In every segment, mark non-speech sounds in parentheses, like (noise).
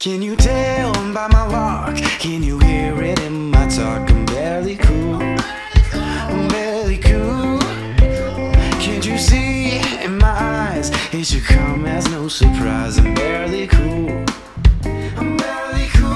Can you tell by my walk? Can you hear it in my talk? I'm barely cool. I'm barely cool. Can't you see it in my eyes? It should come as no surprise. I'm barely cool. I'm barely cool.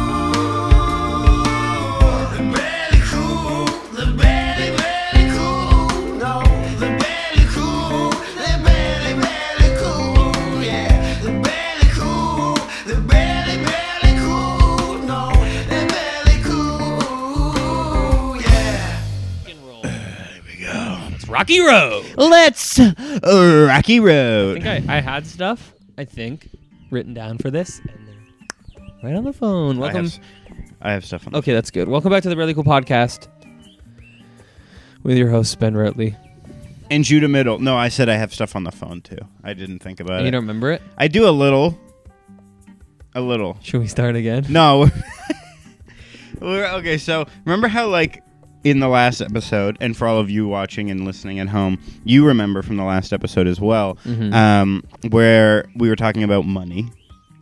I'm barely cool. They're barely, barely cool. No, they're barely cool. They're barely, barely cool. Yeah, they're barely cool. They're barely, barely cool. No, they're barely cool. Yeah. It's Rocky Road. Let's I Rocky Road. think I, I had stuff, I think, written down for this. And they're right on the phone. I have, Oh. Welcome. s- I have stuff on. Okay, that's good. Welcome back to the Really Cool Podcast with your host, Ben Rotley. And Judah Middle. No, I said I have stuff on the phone too. I didn't think about you it. don't remember it? I do a little. A little. Should we start again? No. (laughs) We're, okay, so remember how like in the last episode, and for all of you watching and listening at home, you remember from the last episode as well, um, where we were talking about money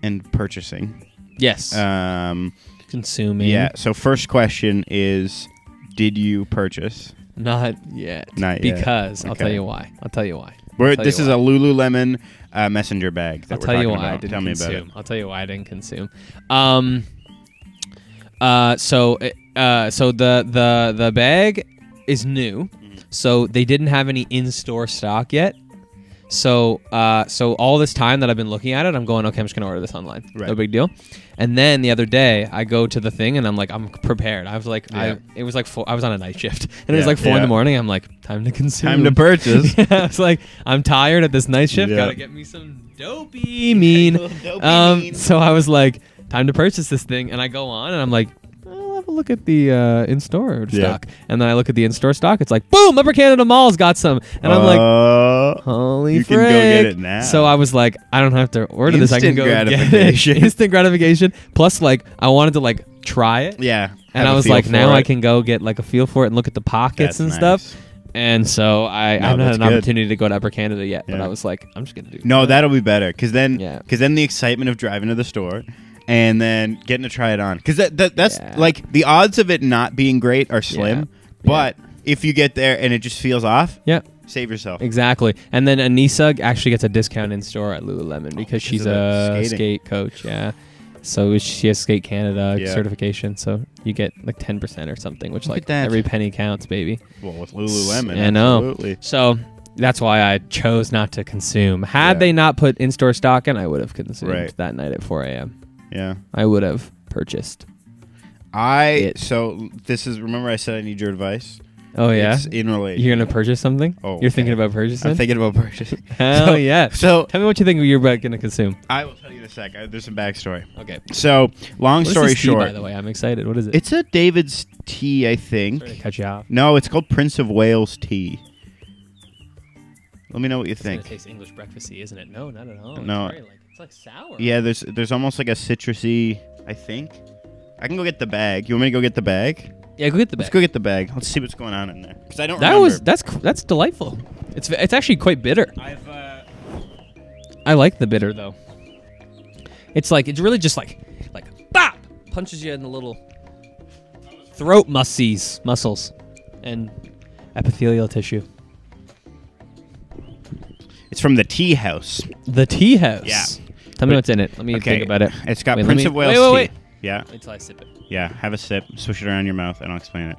and purchasing. Yes. Um, Consuming. yeah. So first question is, did you purchase? Not yet. Not yet. Because I'll Okay. tell you why. I'll tell you why. We're, I'll tell this you is why. a Lululemon uh, messenger bag. That I'll we're tell you talking why about. I didn't Tell me consume. about it. I'll tell you why I didn't consume. Um. Uh. So. it- Uh. So the the the bag is new, Mm-hmm. so they didn't have any in store stock yet. So. Uh. So all this time that I've been looking at it, I'm going, okay, I'm just gonna order this online. No Right. big deal. And then the other day, I go to the thing and I'm like, I'm prepared. I was like, Yeah. I it was like four, I was on a night shift (laughs) and it was Yeah. like four in Yeah. the morning. I'm like, time to consume. Time to (laughs) purchase. yeah, I was like, I'm tired at this night shift. Yeah. Gotta get me some (laughs) dopey mean. little dopey um, mean. So I was like, time to purchase this thing, and I go on and I'm like. I'll have a look at the uh, in-store Yeah. stock, and then I look at the in-store stock. It's like, boom! Upper Canada Mall's got some, and I'm like, Uh, holy you can go get frick. it now. So I was like, I don't have to order this. I can Instant go get it. gratification. (laughs) Instant gratification. Plus, like, I wanted to like try it, yeah. and have I a was feel like, for now I it. can go get like a feel for it and look at the pockets That's and nice. stuff. And so I, I No, haven't had that's an good. opportunity to go to Upper Canada yet, but Yeah. I was like, I'm just gonna do. No, that'll be better because then, Yeah. because then the excitement of driving to the store and then getting to try it on because that, that that's Yeah. like the odds of it not being great are slim, Yeah. but if you get there and it just feels off, Yeah, save yourself. exactly. And then Anissa actually gets a discount in store at Lululemon because because she's of the a skating. skate coach. Yeah. So she has Skate Canada Yeah. certification, so you get like ten percent or something, which Look like at that. every penny counts, baby. Well, with Lululemon, I know. absolutely. So that's why I chose not to consume. Had Yeah. they not put in store stock in, I would have consumed Right. that night at 4 a.m. Yeah, I would have purchased. I It- so this is remember I said I need your advice. Oh yeah, it's in relation. you're gonna purchase something. Oh, you're thinking okay. about purchasing. I'm thinking (laughs) about purchasing. Hell so, yeah! So Tell me what you think you're about gonna consume. I will tell you in a sec. I, there's some backstory. Okay. So long What is story this tea, short, by the way, I'm excited. What is it? it's a David's tea, I think. Sorry to cut you off. No, it's called Prince of Wales tea. Let me know what you It's think. taste English breakfasty, isn't it? No, not at all. It's No. very, like, it's like sour. Yeah, there's there's almost like a citrusy. I think. I can go get the bag. You want me to go get the bag? Yeah. Go get the bag. Let's go get the bag. Let's see what's going on in there. Because I don't. that remember. was that's c- that's delightful. It's v- it's actually quite bitter. I've. Uh, I like the bitter though. It's like it's really just like like bop punches you in the little throat muscles, muscles, and epithelial tissue. it's from the tea house. The tea house. Yeah. Tell me what's in it. Let me Okay. think about it. It's got Wait, let Prince me- of Wales Wait, wait, wait. tea. Yeah. Wait till I sip it. Yeah, have a sip, swish it around your mouth, and I'll explain it.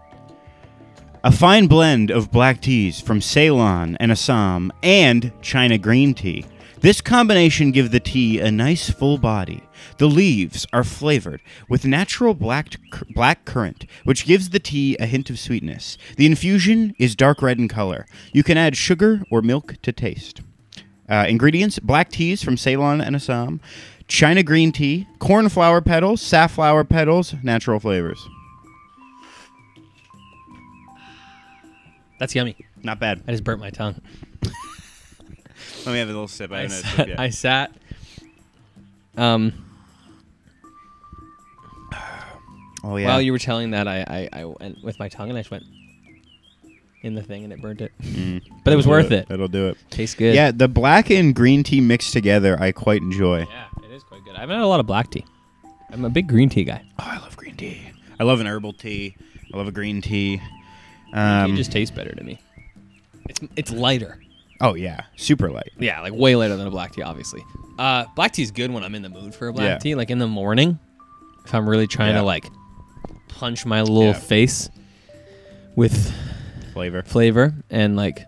A fine blend of black teas from Ceylon and Assam and China green tea. This combination give the tea a nice full body. The leaves are flavored with natural black black currant, which gives the tea a hint of sweetness. The infusion is dark red in color. You can add sugar or milk to taste. Uh, ingredients: black teas from Ceylon and Assam, China green tea, cornflower petals, safflower petals, natural flavors. That's yummy. Not bad. I just burnt my tongue. Let me have a little sip. I, haven't had a sat, sip yet. I sat. Um. oh yeah. While you were telling that, I, I I went with my tongue and I just went in the thing and it burnt it. Mm. (laughs) But it was That'll worth do it. That'll do it. Tastes good. Yeah, the black and green tea mixed together, I quite enjoy. Oh, Yeah, it is quite good. I haven't had a lot of black tea. I'm a big green tea guy. Oh, I love green tea. I love an herbal tea. I love a green tea. Um, it just tastes better to me. It's it's lighter. oh yeah, super light. Yeah, like way later than a black tea, obviously. Uh, black tea's good when I'm in the mood for a black Yeah. tea, like in the morning, if I'm really trying Yeah. to like punch my little Yeah. face with flavor. flavor and like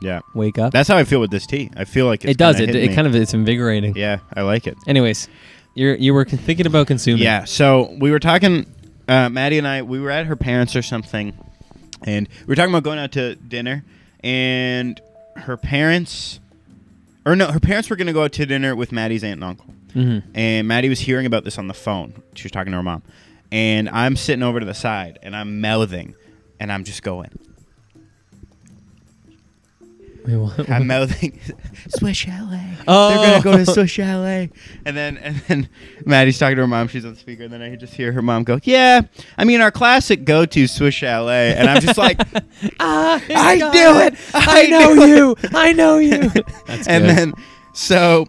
Yeah, wake up. that's how I feel with this tea. I feel like it's it does. kinda It, hitting it me. kind of it's invigorating. Yeah, I like it. Anyways, you're you were thinking about consuming. Yeah. So we were talking, uh, Maddie and I. We were at her parents or something, and we were talking about going out to dinner. And her parents, or no, her parents were going to go out to dinner with Maddie's aunt and uncle. Mm-hmm. And Maddie was hearing about this on the phone. She was talking to her mom, and I'm sitting over to the side and I'm mouthing, and I'm just going. (laughs) I'm mouthing Swiss Chalet. Oh. They're gonna go (laughs) to Swiss Chalet. And then and then Maddie's talking to her mom, she's on speaker, and then I just hear her mom go, Yeah, I mean our classic go to Swiss Chalet and I'm just like I, I do (laughs) it! I know do it!" you. I know (laughs) you. That's And good. then so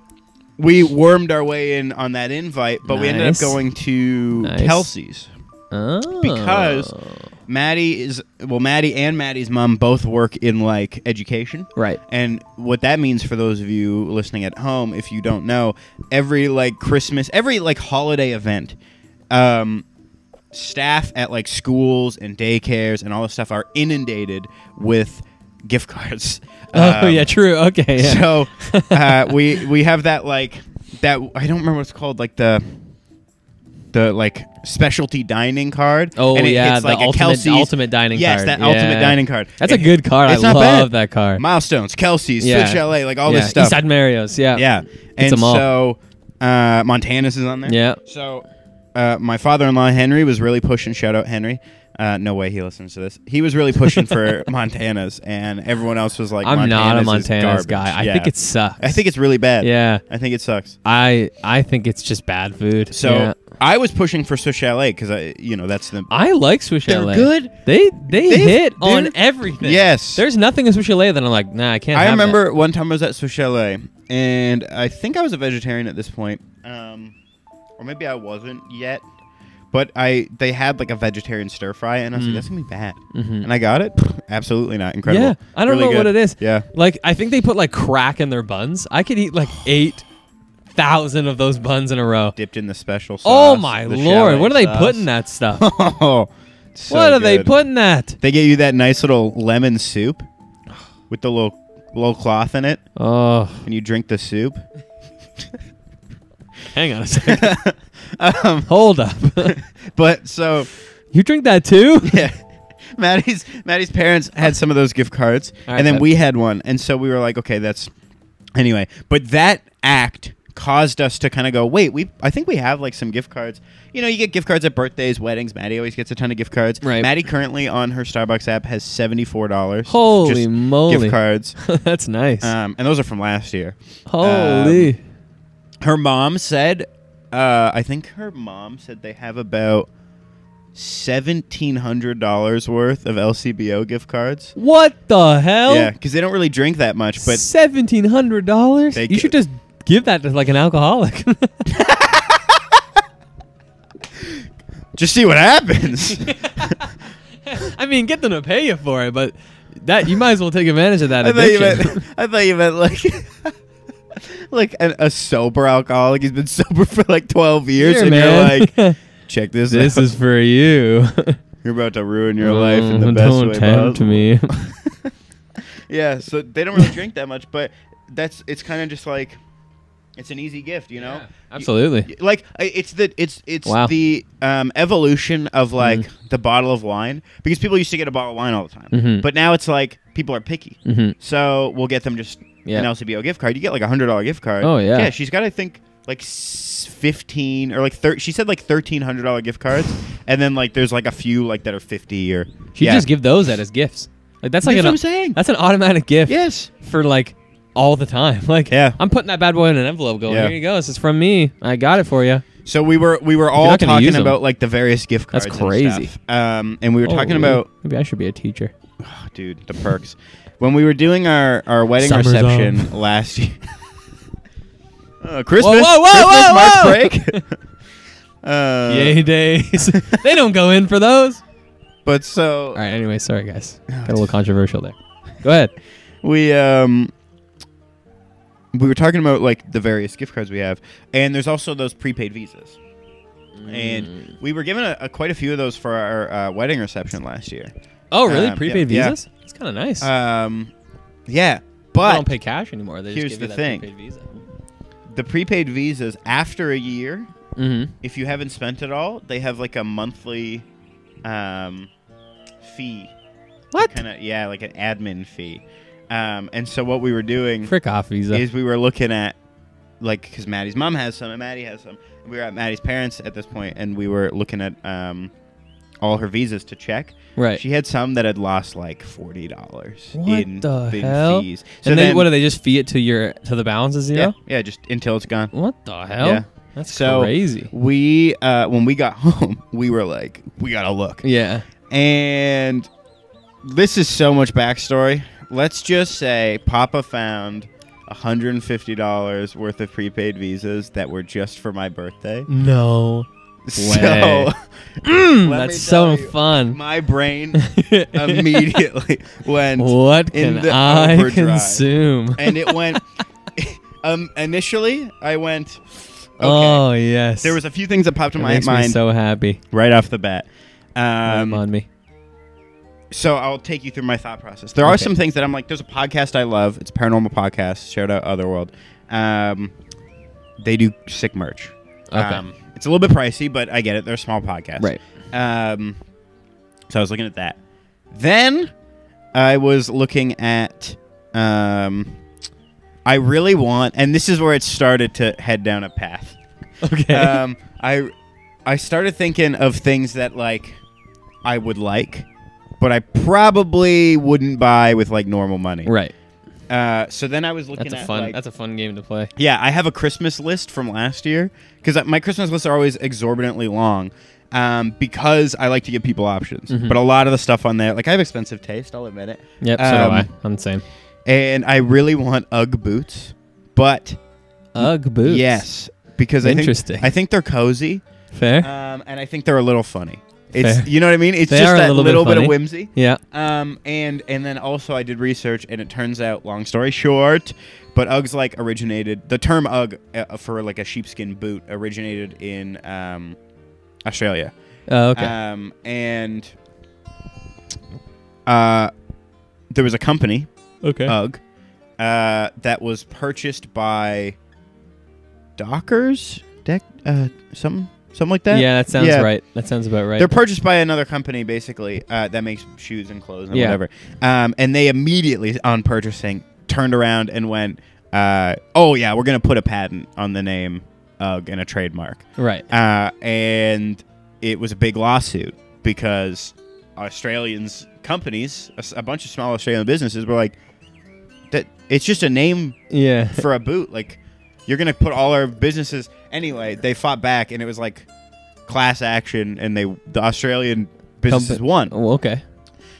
we wormed our way in on that invite, but we ended up Nice. going to Nice. Kelsey's. Oh. because- Maddie is well, Maddie and Maddie's mom both work in like education. right. And what that means for those of you listening at home, if you don't know, every like Christmas, every like holiday event, um, staff at like schools and daycares and all this stuff are inundated with gift cards. (laughs) Oh Um, yeah, true. Okay. Yeah. So (laughs) uh, we we have that like that I don't remember what it's called like the the like specialty dining card. Oh and it yeah, hits, the like, a ultimate Kelsey's- ultimate dining yes, card. that ultimate Yeah. dining card. That's a It- good card. it's I not love bad. that card. Milestones, Kelsey's, Yeah. Switch LA, like all yeah. this stuff. Eastside Mario's. Yeah. Yeah. And 'em all. so uh, Montana's is on there. Yeah. So uh, my father-in-law Henry was really pushing. Shout out Henry. Uh, no way he listens to this. He was really pushing (laughs) for Montana's, and everyone else was like, I'm not a "Montana's is Montana's guy. garbage." I Yeah. think it sucks. I think it's really bad. Yeah. I think it sucks. I I think it's just bad food. So Yeah. I was pushing for Swiss Chalet because I, you know, that's the I like Swiss They're Chalet. good. They they They've- hit on they're- everything. Yes. There's nothing in Swiss Chalet that I'm like, nah, I can't. I have that. remember one time I was at Swiss Chalet, and I think I was a vegetarian at this point, um, or maybe I wasn't yet. But I, they had like a vegetarian stir fry, and I was like, "That's gonna be bad." And I got it. (laughs) Absolutely not. Incredible. Mm. Mm-hmm. Yeah, I don't Really know what good. it is. Yeah. like I think they put like crack in their buns. I could (gasps) eat like eight thousand of those buns in a row. Dipped in the special sauce. oh my the lord, what are chalet they sauce. putting that stuff? (laughs) Oh, it's so what are they good. putting that? They gave you that nice little (sighs) lemon soup with the little little cloth in it, Oh, and you drink the soup. hang on a second. (laughs) Um, Hold up, (laughs) But so (laughs) you drink that too? (laughs) yeah. Maddie's Maddie's parents had some of those gift cards, All right, and then bud. we had one, and so we were like, okay, that's anyway. But that act caused us to kind of go, wait, we I think we have like some gift cards. You know, you get gift cards at birthdays, weddings. Maddie always gets a ton of gift cards. Right. Maddie currently on her Starbucks app has seventy four dollars. Holy moly. Gift cards, That's nice. um, and those are from last year. Holy. um, Her mom said, uh, I think her mom said they have about seventeen hundred dollars worth of LCBO gift cards. what the hell? Yeah, because they don't really drink that much, but seventeen hundred dollars. They You g- should just give that to like an alcoholic. (laughs) just see (laughs) what happens. (laughs) I mean, get them to pay you for it, but that you might as well take advantage of that I thought you meant, addiction. (laughs) I thought you meant like, like (laughs) an, a sober alcoholic. He's been sober for like twelve years, (laughs) Here, and man. (laughs) you're like, check this. this out. is for (laughs) you. you're about to ruin your life in the Mm, best Don't way tempt possible. me. (laughs) Yeah, so they don't really drink that much, but that's it's kind of just like, it's an easy gift, you know. Absolutely. like I- it's the it's it's Wow. Mm-hmm. the um, evolution of like the bottle of wine because people used to get a bottle of wine all the time, Mhm. but now it's like people are picky, Mhm. so we'll get them just Yeah. an LCBO gift card. You get like a hundred dollar gift card. Oh, yeah. yeah. She's got I think like s- fifteen or like thir- she said like thirteen hundred dollar gift cards, and then like there's like a few like that are fifty or She yeah. just give those out as gifts. Like that's like That's an, what I'm saying. That's an automatic gift yes. for like all the time. (laughs) Like Yeah. I'm putting that bad boy in an envelope. Going Yeah. here you go. This is from me. I got it for you. So we were we were all not gonna use talking 'em. about like the various gift cards. That's and crazy. stuff. Um, and we were talking Holy. about maybe I should be a teacher. Oh, dude, the perks. When we were doing our, our wedding Summer's reception (laughs) up. last year, uh, Christmas, whoa, whoa, whoa, Christmas March whoa! (laughs) break. (laughs) Uh, Yay (laughs) days. they don't go in for those. But so All right. Anyway, sorry guys. Got a little controversial there. Go ahead. we um we were talking about like the various gift cards we have, and there's also those prepaid visas. And Mm. we were given a, a, quite a few of those for our uh, wedding reception last year. Oh, really? Um, prepaid yeah, yeah. visas? That's kind of nice. Um, yeah, I don't but pay cash anymore. They here's just give you that the thing. prepaid visa. the prepaid visas after a year, Mm-hmm. if you haven't spent it all, they have like a monthly um, fee. What? Kind of yeah, like an admin fee. Um, and so what we were doing Frick off visa. is we were looking at like because Maddie's mom has some and Maddie has some. We were at Maddie's parents at this point, and we were looking at um, all her visas to check. right. She had some that had lost like forty dollars What in, the in hell? fees. and then, then- what do they just fee it to your to the balance is yeah, zero? yeah, just until it's gone. What the hell? Yeah. That's So- crazy. We uh, when we got (laughs) home, we were like, we gotta look. Yeah. And this is so much backstory. Let's just say Papa found $150 worth of prepaid visas that were just for my birthday. No. So (laughs) let me Hmm, That's so tell you, fun. my brain (laughs) immediately went What in can the I overdrive. consume? and it went (laughs) um initially I went okay. Oh yes. There was a few things that popped in It my makes me mind so happy. right off the bat. Um, Um, on me. so I'll take you through my thought process. There are Okay. some things that I'm like, there's a podcast I love. It's a paranormal podcast. Shout out Otherworld. Um, they do sick merch. Okay. Um, it's a little bit pricey, but I get it. They're a small podcast. Right. Um, so I was looking at that. Then I was looking at. Um, I really want, and this is where it started to head down a path. (laughs) (laughs) Okay. um, I I started thinking of things that like I would like, but I probably wouldn't buy with like normal money. right. Uh, so then I was looking That's a at fun. like- that's a fun game to play. yeah, I have a Christmas list from last year because my Christmas lists are always exorbitantly long um, because I like to give people options. Mm-hmm. But a lot of the stuff on there, like I have expensive taste, I'll admit it. Yep. So do Um, I. I'm the same. And I really want UGG boots, but Ugg boots. yes, because I Interesting. think I think they're cozy Fair. um, and I think they're a little funny. It's Fair. you know what I mean. It's They just are a that little little, bit bit, funny. of whimsy. yeah. Um, and and then also I did research, and it turns out, long story short, but Uggs like originated the term Ugg uh, for like a sheepskin boot originated in um, Australia. Oh, okay. Um, and uh, there was a company okay. Ugg uh, that was purchased by Dockers, Deck, uh, something, something like that. yeah, that sounds Yeah. right. That sounds about right. They're purchased by another company, basically, uh, that makes shoes and clothes and Yeah. whatever. Um, and they immediately, on purchasing, turned around and went, uh, "Oh yeah, we're gonna put a patent on the name UGG and a trademark." right. Uh, and it was a big lawsuit because Australians companies, a, s- a bunch of small Australian businesses, were like, "That it's just a name Yeah. for a boot. Like, you're gonna put all our businesses anyway." They fought back, and it was like class action, and they the Australian businesses Compa- won. Oh, okay.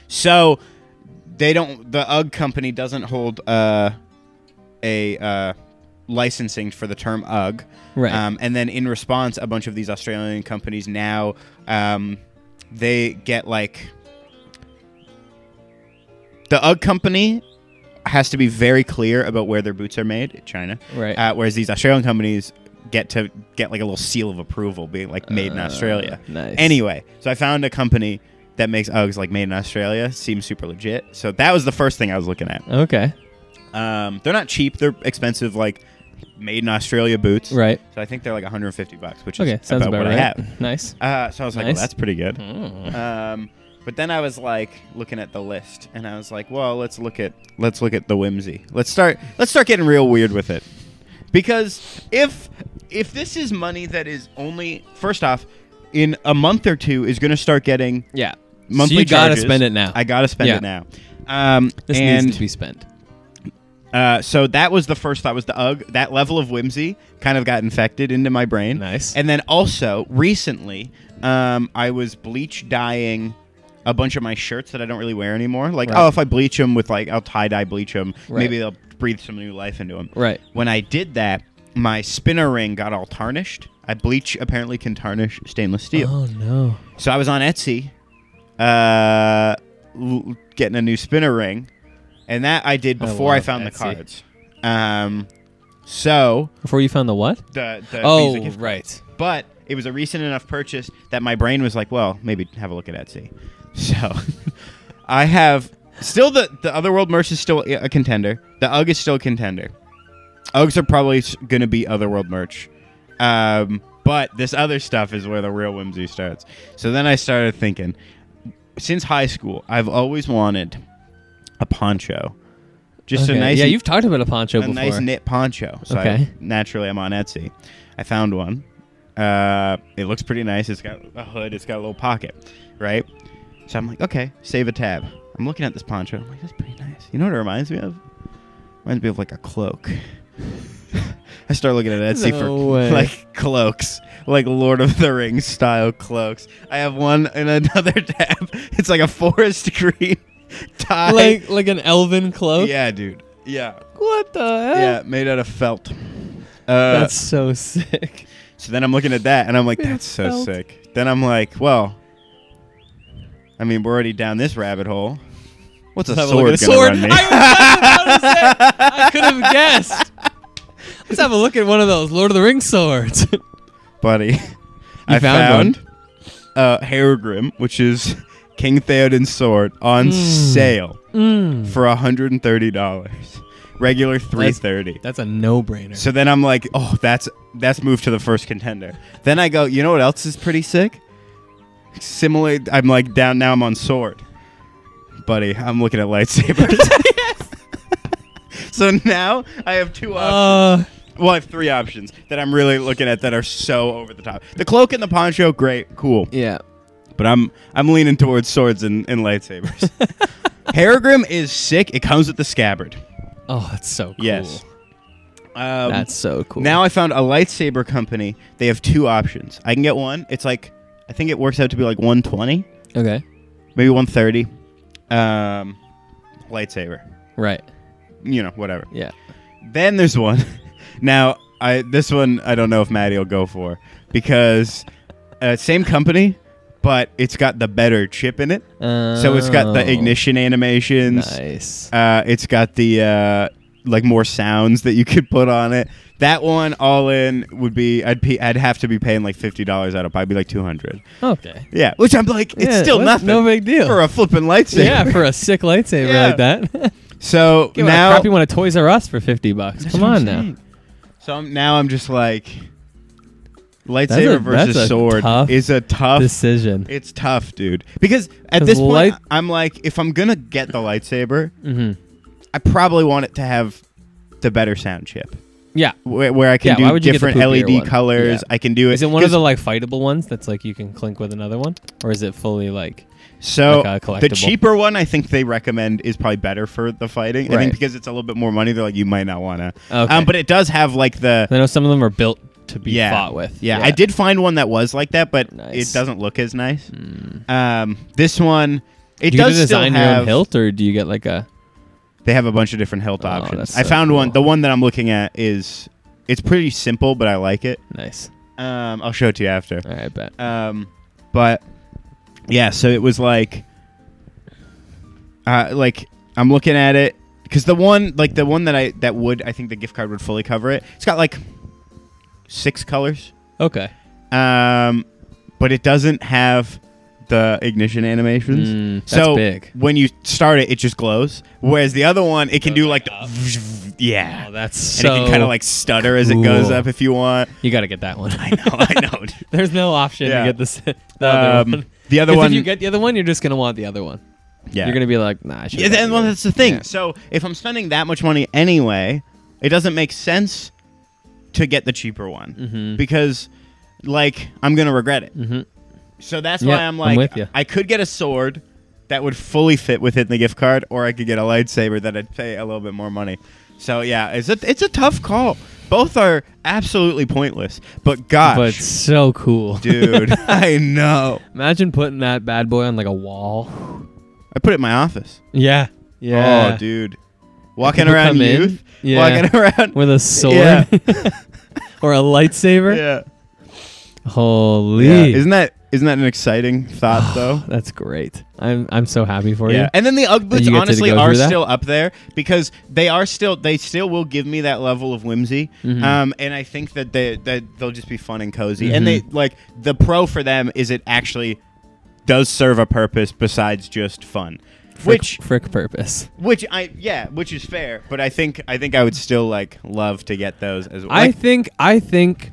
So they don't. The UGG company doesn't hold uh, a uh, licensing for the term UGG. Right. Um, and then in response, a bunch of these Australian companies now um, they get like the UGG company has to be very clear about where their boots are made, China. Right. Uh, whereas these Australian companies get to get like a little seal of approval, being like made in Uh, Australia. Nice. Anyway, so I found a company that makes Uggs like made in Australia. Seems super legit. So that was the first thing I was looking at. Okay. Um, they're not cheap. They're expensive, like made in Australia boots. Right. So I think they're like 150 bucks, which Okay. is Sounds about, about, what right. I have. Nice. Uh, so I was like, Nice. Hmm. well, that's pretty good. Um, but then I was like looking at the list, and I was like, well, let's look at let's look at the whimsy. Let's start let's start getting real weird with it, because if if this is money that is only first off in a month or two is going to start getting Yeah. monthly. so you gotta charges, spend it now. I gotta spend Yeah. it now. Um, this and needs to be spent. uh, so that was the first thought was the UGG. That level of whimsy kind of got infected into my brain. Nice. And then also recently, um, I was bleach dyeing a bunch of my shirts that I don't really wear anymore. Like, Right. oh, if I bleach them with like, I'll tie dye bleach them. Right. Maybe they'll breathe some new life into them. Right. When I did that, my spinner ring got all tarnished. I bleach apparently can tarnish stainless steel. Oh no. So I was on Etsy, uh, l- getting a new spinner ring, and that I did I before I, love found the Etsy. cards. Um, so Before you found the what? the, the Oh, Visa gift card. right. but it was a recent enough purchase that my brain was like, well, maybe have a look at Etsy. (laughs) So I have still the the Otherworld merch is still a contender. The UGG is still a contender. UGGs are probably s- gonna be Otherworld merch, um, but this other stuff is where the real whimsy starts. So then I started thinking, since high school, I've always wanted a poncho, just Okay. a nice yeah, you've talked about a poncho a before. nice knit poncho. So Okay. I, naturally, I'm on Etsy. I found one. Uh, it looks pretty nice. It's got a hood. It's got a little pocket, right? So I'm like, okay, save a tab. I'm looking at this poncho. I'm like, that's pretty nice. You know what it reminds me of? Reminds me of like a cloak. (laughs) I start looking at Etsy No for way. like cloaks, like Lord of the Rings style cloaks. I have one in (laughs) another tab. It's like a forest (laughs) green tie. (laughs) like like an elven cloak. yeah, dude. Yeah, What the hell? (laughs) yeah, made out of felt. Uh, That's so sick. so then I'm looking at that and I'm like, Made of that's so felt. sick. Then I'm like, well, I mean, we're already down this rabbit hole. What's a Let's have a sword look gonna at a sword. (laughs) run me? (laughs) I was just about to say. I could have guessed. Let's have a look at one of those Lord of the Rings swords. (laughs) Buddy, (laughs) I found found, uh, Hairgrim, which is (laughs) King Theoden's sword, Hmm. on sale Mm. for $130. Regular 330 That's a no-brainer. So then I'm like, oh, that's that's moved to the first contender. Then I go, you know what else is pretty sick? Similar, I'm like down now. I'm on sword, buddy. I'm looking at lightsabers. (laughs) so now I have two options. uh, well, I have three options that I'm really looking at that are so over the top. The cloak and the poncho, great, cool. yeah. But I'm I'm leaning towards swords and, and lightsabers. Hairgrim is sick. It comes with the scabbard. Oh, that's so cool. Yes. Um, that's so cool. Now I found a lightsaber company. They have two options. I can get one. It's like I think it works out to be like 120, okay. maybe 130. Um, lightsaber. Right. You know, whatever. Yeah. Then there's one. (laughs) now I this one I don't know if Maddie will go for because uh, same company, but it's got the better chip in it. So it's got Oh, the ignition animations. Nice. Uh, it's got the uh, like more sounds that you could put on it. That one all in would be I'd pe- I'd have to be paying like fifty dollars out of probably like two hundred. Okay. Yeah, which I'm like it's Yeah, still what? nothing. No big deal. for a flipping lightsaber. yeah, for a sick lightsaber Yeah. like that. (laughs) so Give now a crappy one at Toys R Us for fifty bucks. That's Come what I'm on now. saying. So I'm, now I'm just like a- lightsaber that's versus a sword tough is a tough. Decision. it's tough, dude. Because at 'Cause this point, light- I'm like, if I'm gonna get the lightsaber, Mm-hmm. I probably want it to have the better sound chip. Yeah. where, where I Yeah, can why do would you get the different poopier LED one? colors. Yeah. I can do it. Is it one of 'cause- the like fightable ones that's like you can clink with another one, or is it fully like? so like a the collectible? cheaper one? I think they recommend is probably better for the fighting. I Right. think because it's a little bit more money, they're like you might not want to. Okay. Um, but it does have like the I know some of them are built to be yeah, fought with. Yeah. I did find one that was like that, but Nice. it doesn't look as nice. Um, this one. It Do you does get to design still your have. own hilt, or do you get like a? They have a bunch of different hilt Oh, options. that's I so found one. cool. The one that I'm looking at is it's pretty simple, but I like it. Nice. Um, I'll show it to you after. All right, bet. Um, but yeah, so it was like, uh, like I'm looking at it because the one, like the one that I that would I think the gift card would fully cover it. It's got like six colors, Okay. um, but it doesn't have the ignition animations. Mm, that's so big. when you start it, it just glows. Whereas the other one, it can do like, the yeah, Oh, that's and so. it can kind of like stutter as it goes cool. up if you (laughs) want. You got to get that one. I know, I know. dude. (laughs) There's no option Yeah. to get this. (laughs) The other (laughs) Um, one. the other 'Cause one, If you get the other one, you're just gonna want the other one. yeah, You're gonna be like, nah. I should've Yeah, got and the well, other that's the thing. Yeah. So if I'm spending that much money anyway, it doesn't make sense to get the cheaper one Mm-hmm. because, like, I'm gonna regret it. Mhm. So that's Yeah, why I'm I'm like, with ya. I could get a sword that would fully fit within the gift card, or I could get a lightsaber that I'd pay a little bit more money. So yeah, it's a it's a tough call. Both are absolutely pointless, but gosh, But so cool. (laughs) dude, I know. Imagine putting that bad boy on like a wall. I put it in my office. Yeah. Yeah. Oh, dude, walking People around come in, youth, yeah. walking (laughs) around (laughs) With a sword (laughs) Yeah. or a lightsaber. Yeah. Holy. Yeah. Isn't that isn't that an (sighs) exciting thought though? That's great. I'm I'm so happy for Yeah. you. And then the Ugg boots you get to honestly go are through that? still up there because they are still they still will give me that level of whimsy. Mm-hmm. Um, and I think that they that they'll just be fun and cozy. And they Mm-hmm. like the pro for them is it actually does serve a purpose besides just fun. Frick- Which frick purpose? which I yeah, which is fair, but I think I think I would still like love to get those as well. I think I think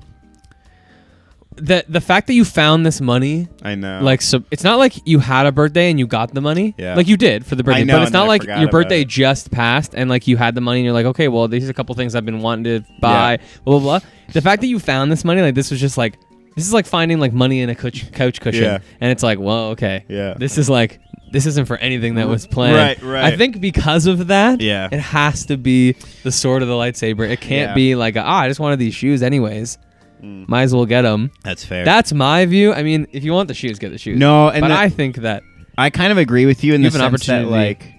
that the fact that you found this money I know. like so it's not like you had a birthday and you got the money Yeah. like you did for the birthday know, but it's and then not I like forgot your about birthday it. just passed and like you had the money and you're like okay well these are a couple things i've been wanting to buy blah blah blah the fact that you found this money like this was just like this is like finding like money in a couch, couch cushion Yeah. and it's like well okay Yeah. this is like this isn't for anything that was planned Right, right. i think because of that Yeah. it has to be the sword of the lightsaber it can't Yeah. Mm. be like ah i just wanted these shoes anyways might as well get them that's fair. that's my view. I mean, if you want the shoes, get the shoes. No, and but that- I think that I kind of agree with you in You the have an sense that like, opportunity.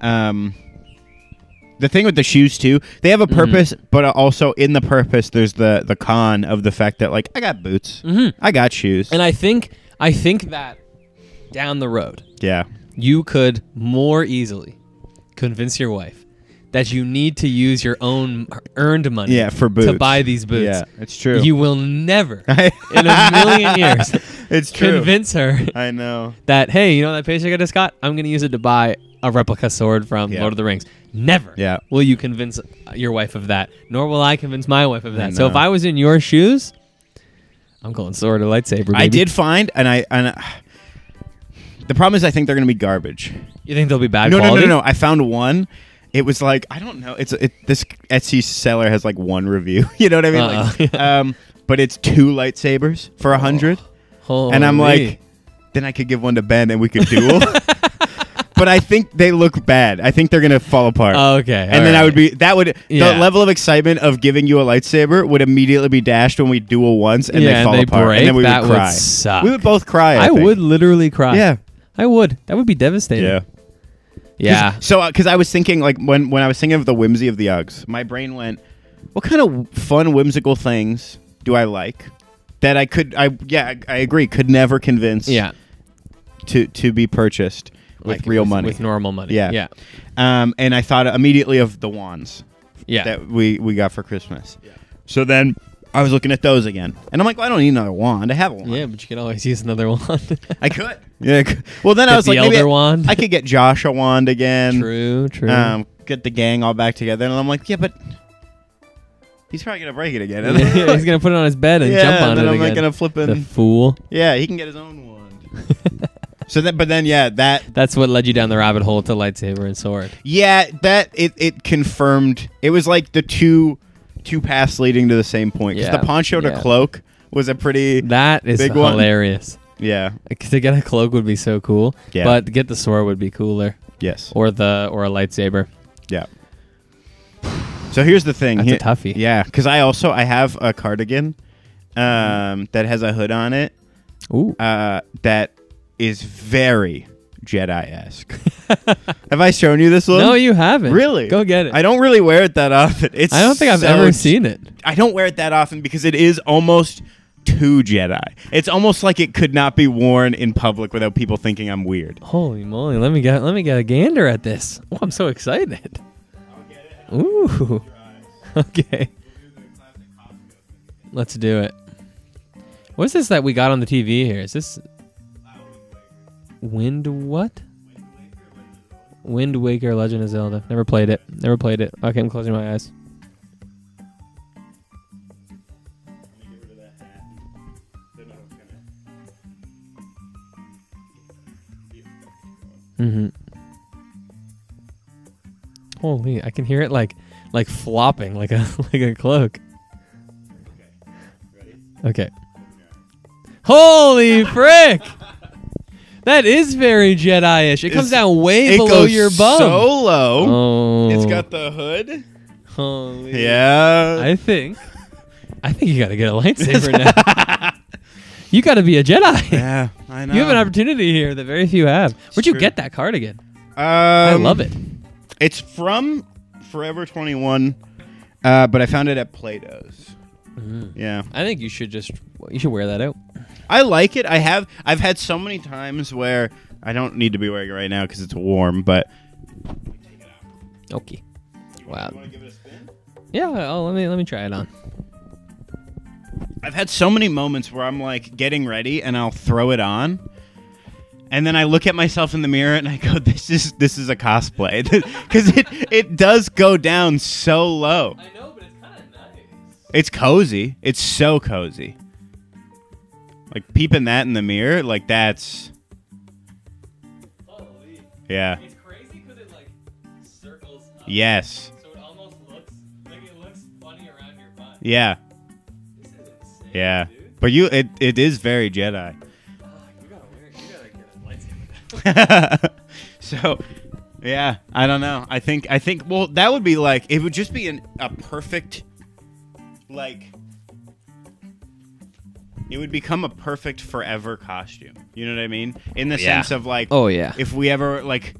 um, the thing with the shoes too, they have a Mm-hmm. purpose, but also in the purpose, there's the the con of the fact that like I got boots, I got shoes, Mm-hmm. and I think I think that down the road yeah, you could more easily convince your wife that you need to use your own earned money Yeah, for to boots. buy these boots. Yeah, it's true. (laughs) You will never in a million years it's true. convince her I know. that hey, you know that paycheck I just got? I'm gonna use it to buy a replica sword from Yeah. Lord of the Rings. Never Yeah. will you convince uh, your wife of that, nor will I convince my wife of that. So if know. I was in your shoes, I'm going sword or lightsaber. Baby. I did find, and I and I, the problem is, I think they're gonna be garbage. You think they'll be bad No, no, no, quality? no, no. I found one. It was like I don't know. It's it, this Etsy seller has like one review. (laughs) You know what I mean? Uh-uh. (laughs) Like, um, but it's two lightsabers for a hundred, Oh, Holy. and I'm like, then I could give one to Ben and we (laughs) could duel. but I think they look bad. I think they're gonna fall apart. okay. and then I would be that would Oh, Yeah. the level of excitement of giving you a lightsaber would immediately be dashed when we duel once and Yeah, they and fall they apart break? and then we That would would cry. suck. We would both cry. I, I think. would literally cry. Yeah. I would. That would be devastating. Yeah. Yeah. So, because I was thinking, like when when I was thinking of the whimsy of the Uggs, my brain went, "What kind of fun, whimsical things do I like that I could? I yeah, I, I agree. Could never (laughs) convince Yeah. to to be purchased with, real money. With normal money. Yeah. Yeah. um, and I thought immediately of the wands Yeah. that we we got for Christmas. So then I was looking at those again, and I'm like, well, I don't need another wand. I have a wand. yeah, but you can always use another (laughs) wand. I could. (laughs) Yeah. I could. Well, then I Get was the like, maybe elder I, wand. I could get Josh a wand again. true, true. um, get the gang all back together. And I'm like, yeah, but he's probably gonna break it again. And Yeah, (laughs) he's gonna put it on his bed and Yeah, jump on and then it I'm again. like gonna flip The him. fool. (laughs) yeah, he can get his (laughs) own wand. so then, but then, yeah, that, That's what led you down the rabbit hole to lightsaber and sword. yeah, that it it confirmed. It was like the two two paths leading to the same point. 'Cause Yeah, the poncho to yeah. cloak was a pretty That is Big one. hilarious. yeah To get a cloak would be so cool, Yeah. but to get the sword would be cooler, yes or the or a lightsaber. yeah. So here's the thing. That's a Here- toughie. Yeah, because I also I have a cardigan um, that has a hood on it Ooh, uh, that is very Jedi esque. (laughs) Have I shown you this one? no, you haven't. really. Go get it. I don't really wear it that often. It's I don't think I've so- ever seen it. I don't wear it that often because it is almost too Jedi. It's almost like it could not be worn in public without people thinking I'm weird. Holy moly! Let me get let me get a gander at this. Oh, I'm so excited. Ooh. (laughs) Okay. Let's do it. What's this that we got on the TV here? Is this Wind what? Wind Waker Legend of Zelda. Never played it. Never played it. Okay, I'm closing my eyes. Mm-hmm. Holy, I can hear it like like flopping like a (laughs) like a cloak. Okay. Holy frick! That is very Jedi-ish. It comes It's- down way it below goes your bum. so low. oh, It's got the hood. holy. Yeah. I think, I think you got to get a (laughs) lightsaber now. you got to be a Jedi. yeah, I (laughs) know. You have an opportunity here that very few have. Where'd you true. get that cardigan? Um, I love it. It's from Forever 21, uh, but I found it at Play-Doh's. Yeah. I think you should just you should wear that out. I like it. I have I've had so many times where I don't need to be wearing it right now because it's warm, but Okay. Wow. Yeah. Oh, let me let me try it on. I've had so many moments where I'm like getting ready and I'll throw it on. And then I look at myself in the mirror and I go, "This is this is a cosplay," (laughs) because it it does go down so low. I know, but it's kind of nice. It's cozy. It's so cozy. Like peeping that in the mirror, like that's Holy. yeah, It's crazy because it like circles up. yes, So it almost looks like it looks funny around your butt. yeah, This is insane, yeah. But you, it it is very Jedi. (laughs) You gotta wear it. You gotta get a lightsaber. so yeah i don't know i think i think well that would be like it would just be an, a perfect like it would become a perfect forever costume you know what i mean in the Yeah. sense of like Oh yeah. if we ever like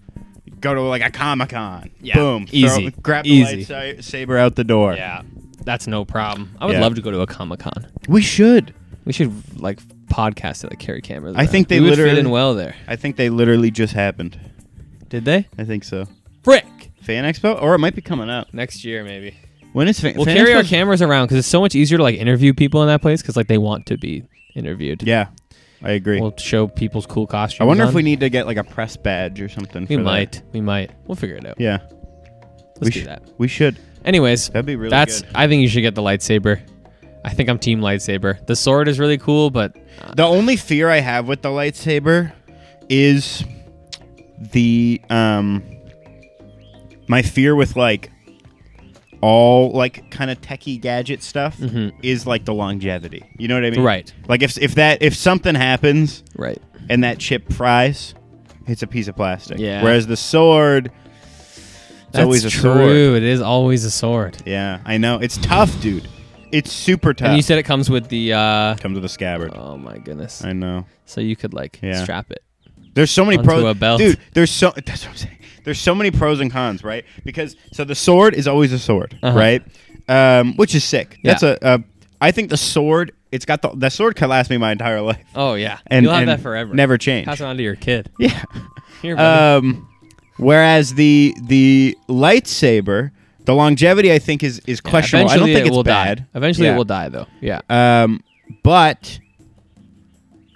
go to like a comic-con Yeah, boom easy, throw, grab the easy. lightsa- saber out the door yeah. That's no problem. I would Yeah. love to go to a comic con. we should We should like podcast at the Carrie Cameron. I think they we would fit literally- in well there. i think they literally just happened Did they? i think so Frick. fan expo or it might be coming up Next year maybe. when is fan We'll fan carry our Expo's- cameras around because it's so much easier to like interview people in that place because like they want to be interviewed. yeah i agree We'll show people's cool costumes. I wonder if on. we need to get like a press badge or something. We for that. might. We might. We'll figure it out. Yeah. Let's we do sh- that. We should. Anyways, That'd be really that's. good. I think you should get the lightsaber. I think I'm team lightsaber. The sword is really cool, but uh, The only fear I have with the lightsaber is the um my fear with like all like kind of techie gadget stuff is like the longevity. You know what I mean? Mm-hmm. Right. Like if if that if something happens right. and that chip fries, it's a piece of plastic. Yeah. Whereas the sword it's That's always a true. sword. It is always a sword. Yeah, I know. It's tough, dude. It's super tough. And you said it comes with the. uh Come to the scabbard. Oh my goodness. I know. So you could like Yeah. strap it. There's so many Onto pros. a belt. Dude, there's so (laughs) that's what I'm saying. There's so many pros and cons, right? Because so the sword is always a sword, Uh-huh. right? Um, which is sick. Yeah. That's a, a I think the sword it's got the that sword could last me my entire (laughs) life. Oh yeah. And You'll have and that forever. Never change. Pass it on to your kid. (laughs) Yeah. Here, buddy. (laughs) Um whereas the the lightsaber, the longevity I think is is questionable. I don't Eventually think it it's will bad. Die. Eventually Yeah. it will die though. Yeah. Um, but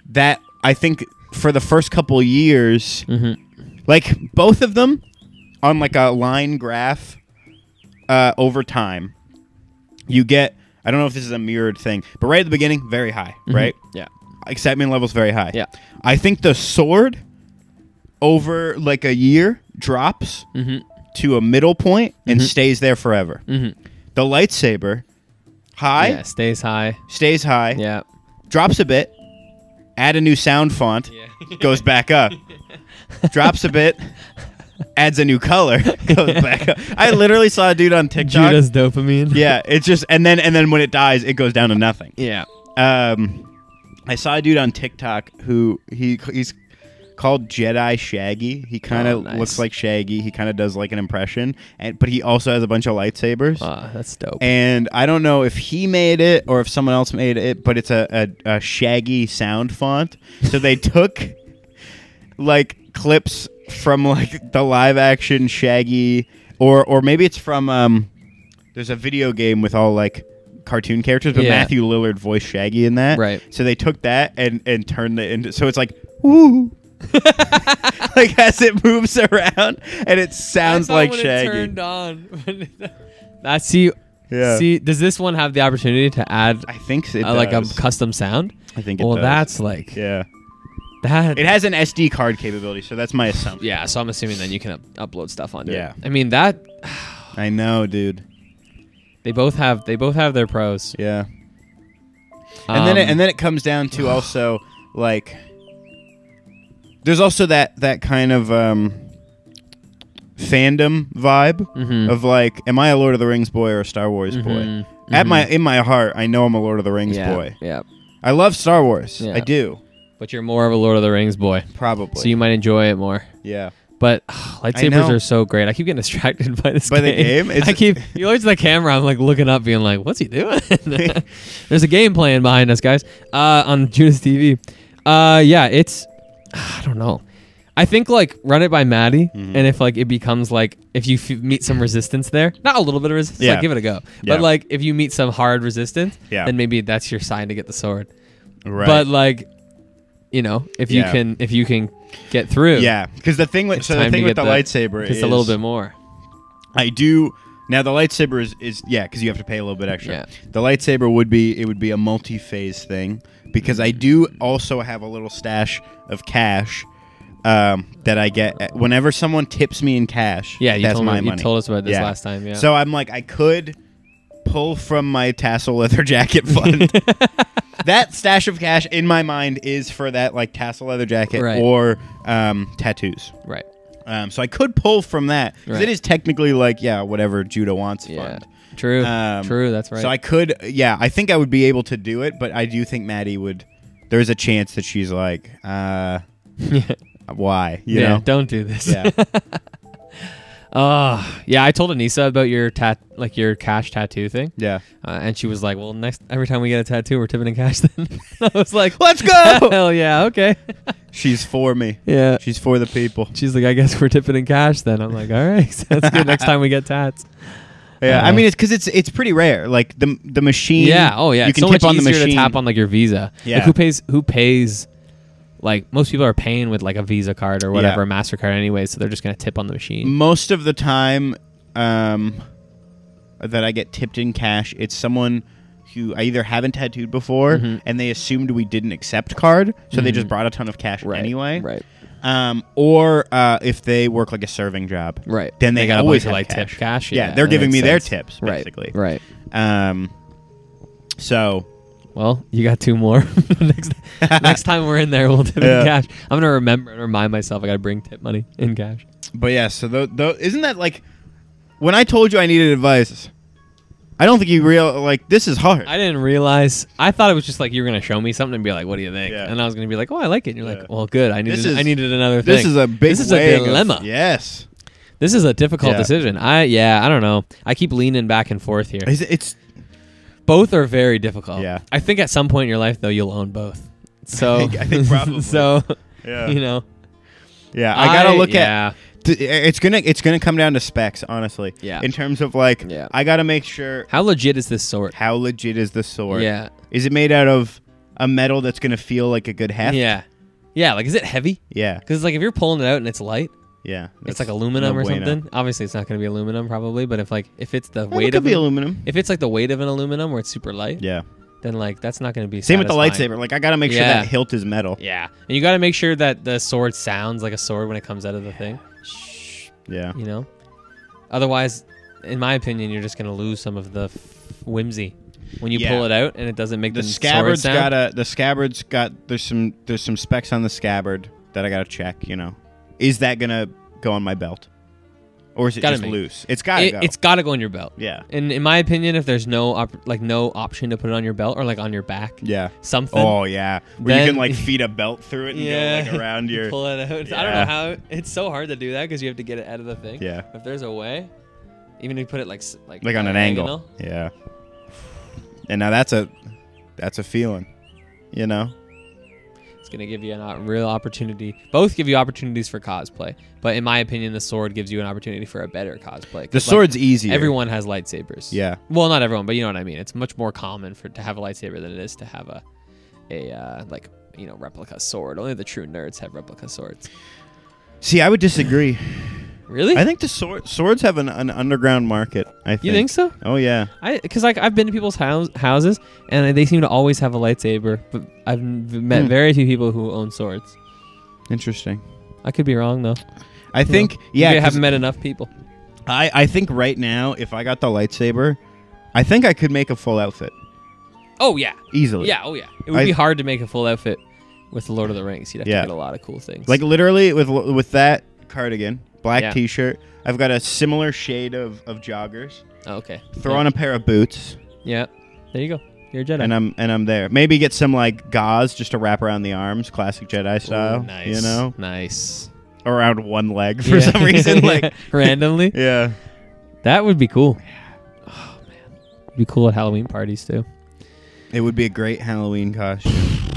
that I think for the first couple years, like both of them on like a line graph uh, over time, you get. I don't know if this is a mirrored thing, but right at the beginning, very high, right? yeah. Excitement levels very high. Yeah. I think the sword over like a year drops to a middle point and stays there forever. The lightsaber high yeah. Stays high. stays high Yeah. drops a bit, add a new sound font, goes (laughs) back up, drops a bit, adds a new color, (laughs) goes back up. I literally saw a dude on TikTok. Judas dopamine. Yeah, it's just and then and then when it dies, it goes down to nothing. Yeah. Um, I saw a dude on TikTok who he he's called Jedi Shaggy. He kind of Oh, nice. looks like Shaggy. He kind of does like an impression, and but he also has a bunch of lightsabers. Ah, that's dope. and I don't know if he made it or if someone else made it, but it's a, a, a shaggy sound font. (laughs) So they took like clips from like the live action Shaggy, or or maybe it's from um, there's a video game with all like cartoon characters, but Yeah. Matthew Lillard voiced Shaggy in that. Right. So they took that and and turned it into so it's like woo. (laughs) like as it moves around and it sounds like Shaggy. on. I see. Yeah. See, does this one have the opportunity to add I think it uh, like a does. custom sound? I think it Well, does. that's like Yeah. that. It has an SD card capability, so that's my assumption. yeah. So I'm assuming then you can up- upload stuff onto Yeah. it. I mean that I know, dude. they both have they both have their pros. Yeah. And then it, Um, and then it comes down to also like there's also that that kind of um fandom vibe Mm-hmm. of like am I a Lord of the Rings boy or a Star Wars boy? Mhm, At my in my heart, I know I'm a Lord of the Rings yeah, boy. yeah. I love Star Wars. Yeah. I do. But you're more of a Lord of the Rings boy, Probably. so you might enjoy it more. yeah. But (sighs) lightsabers know. are so great. I keep getting distracted by this By the game? I It's- keep you always the camera. I'm like looking up, being like, "What's he doing?" (laughs) There's a game playing behind us, guys, uh, on Judas TV. Uh, yeah, it's (sighs) I don't know. I think like run it by Maddie, Mm-hmm. and if like it becomes like if you f- meet some resistance there, not a little bit of resistance, Yeah. like give it a go. Yeah. But like if you meet some hard resistance, Yeah. then maybe that's your sign to get the sword. Right. But like, you know, if Yeah. you can if you can get through, yeah, because the thing with so the time to thing with get the, the- lightsaber is it's a little bit more. I do now. The lightsaber is, is yeah, because you have to pay a little bit extra. Yeah. The lightsaber would be it would be a multi phase thing because I do also have a little stash of cash um, that I get whenever someone tips me in cash. Yeah, you that's told me- my you money. told us about this last time, yeah. So I'm like, I could pull from my tassel leather (laughs) (laughs) jacket fund. that stash of cash in my mind is for that like tassel leather jacket Right. or um, tattoos. Right. Um, so I could pull from that 'cause Right. it is technically like yeah, whatever Judah wants Yeah. fund. True. Um, True. That's right. So I could yeah, I think I would be able to do it, but I do think Maddie would. There is a chance that she's like, (laughs) uh, why? You yeah. know? (laughs) Don't do this. Yeah. Ah, yeah. I told Anissa about your tat, like your cash tattoo thing, yeah. uh, and she was like, "Well, next every time we get a tattoo, we're tipping in cash." Then (laughs) I was like, Let's (laughs) (laughs) go. Hell yeah. Okay. she's for me. yeah. She's for (laughs) the people. She's like, I guess we're tipping in cash then. I'm like, all right, (laughs) sounds good. Next time we get tats. Yeah, I Uh, mean it's because it's it's pretty rare. Like the the machine. Yeah. Oh yeah. (laughs) You it's can so tip much on the easier machine. to tap on like your Visa. Yeah. Like, who pays? Who pays? Like most people are paying with like a Visa card or whatever, a Mastercard anyway, so they're just gonna tip on the machine. most of the time um, that I get tipped in cash, it's someone who I either haven't tattooed before Mm-hmm. and they assumed we didn't accept card, so they just brought a ton of cash anyway. Right. Um, or uh, if they work like a serving job, Right. Then they, They gotta always budget, have like, tip cash, Yeah, yeah, they're that giving me makes their sense. tips Right. basically. Right. Um, so Well, you got two more. (laughs) (laughs) next, next time we're in there, we'll tip Yeah. in cash. I'm gonna remember and remind myself I gotta bring tip money in cash. But yeah, so though, though isn't that like when I told you I needed advice? I don't think you real like this is hard. I didn't realize. I thought it was just like you were gonna show me something and be like, "What do you think?" Yeah. And I was gonna be like, "Oh, I like it." And you're Yeah. like, "Well, good. I This needed. is- I needed another thing." this is a big. This is a wave of- dilemma. yes, This is a difficult Yeah. decision. I yeah. I don't know. I keep leaning back and forth here. Is it- it's both are very difficult. Yeah. I think at some point in your life though, you'll own both. So think- (laughs) I think probably. so (laughs) yeah. you know. yeah. I gotta look at. yeah. th- It's gonna it's gonna come down to specs, honestly. Yeah. In terms of like, Yeah. I gotta make sure How legit is this sword? how legit is the sword. Yeah. Is it made out of a metal that's gonna feel like a good heft? Yeah. Yeah. Like, is it heavy? Yeah. Because like if you're pulling it out and it's light, Yeah. it's That's like aluminum no or bueno. something. Obviously, it's not going to be aluminum probably, but if like if it's the Well, weight it could of be an- aluminum. if it's like the weight of an aluminum where it's super light, Yeah. then like that's not going to be Same with the satisfying. lightsaber. Like I gotta make sure Yeah. that hilt is metal. Yeah, and you got to make sure that the sword sounds like a sword when it comes out of the thing. Shh, Yeah. you know. Otherwise, in my opinion, you're just going to lose some of the f- whimsy when you Yeah. pull it out and it doesn't make the sword scabbard's sound. got a the scabbard's got there's some there's some specs on the scabbard that I gotta check. You know, is that gonna go on my belt, or is it Gotta just make- loose? It's gotta It- go. It's got to go in your belt. yeah, And in my opinion, if there's no op- like no option to put it on your belt or like on your back, yeah. something. (laughs) Oh yeah, where you then- (laughs) can like feed a belt through it and go like around you your. pull it out. I don't Yeah. know how it's so hard to do that because you have to get it out of the thing. Yeah. If there's a way, even if you put it like s- like like on an angle. diagonal, Yeah. And now that's a that's a feeling, you know. it's gonna give you an o real opportunity. Both give you opportunities for cosplay, but in my opinion, the sword gives you an opportunity for a better cosplay. 'cause, The like, sword's easier. Everyone has lightsabers. Yeah. Well, not everyone, but you know what I mean. It's much more common for to have a lightsaber than it is to have a a uh, like you know replica sword. Only the true nerds have replica swords. See, I would disagree. Really? I think the sword swords have an, an underground market. I think. you think so? Oh yeah. I because like I've been to people's house, houses and they seem to always have a lightsaber, but I've n- met Hmm. very few people who own swords. Interesting. I could be wrong though. I think yeah. I 'cause- haven't met enough people. I, I think right now, if I got the lightsaber, I think I could make a full outfit Oh yeah, easily. yeah, oh yeah. It would I- be hard to make a full outfit with the Lord of the Rings. You'd have Yeah. to get a lot of cool things. Like literally with with that cardigan, black Yeah. t-shirt. I've got a similar shade of, of joggers. oh, okay, Throw yeah. on a pair of boots, yeah. There you go. You're a Jedi. and uh, I'm and I'm there. Maybe get some like gauze just to wrap around the arms, classic Jedi Ooh, style. nice. You know, nice. around one leg (laughs) for Yeah. some reason. Like, randomly. yeah. That would be cool. Oh man, It'd be cool at Halloween parties too. It would be a great Halloween costume.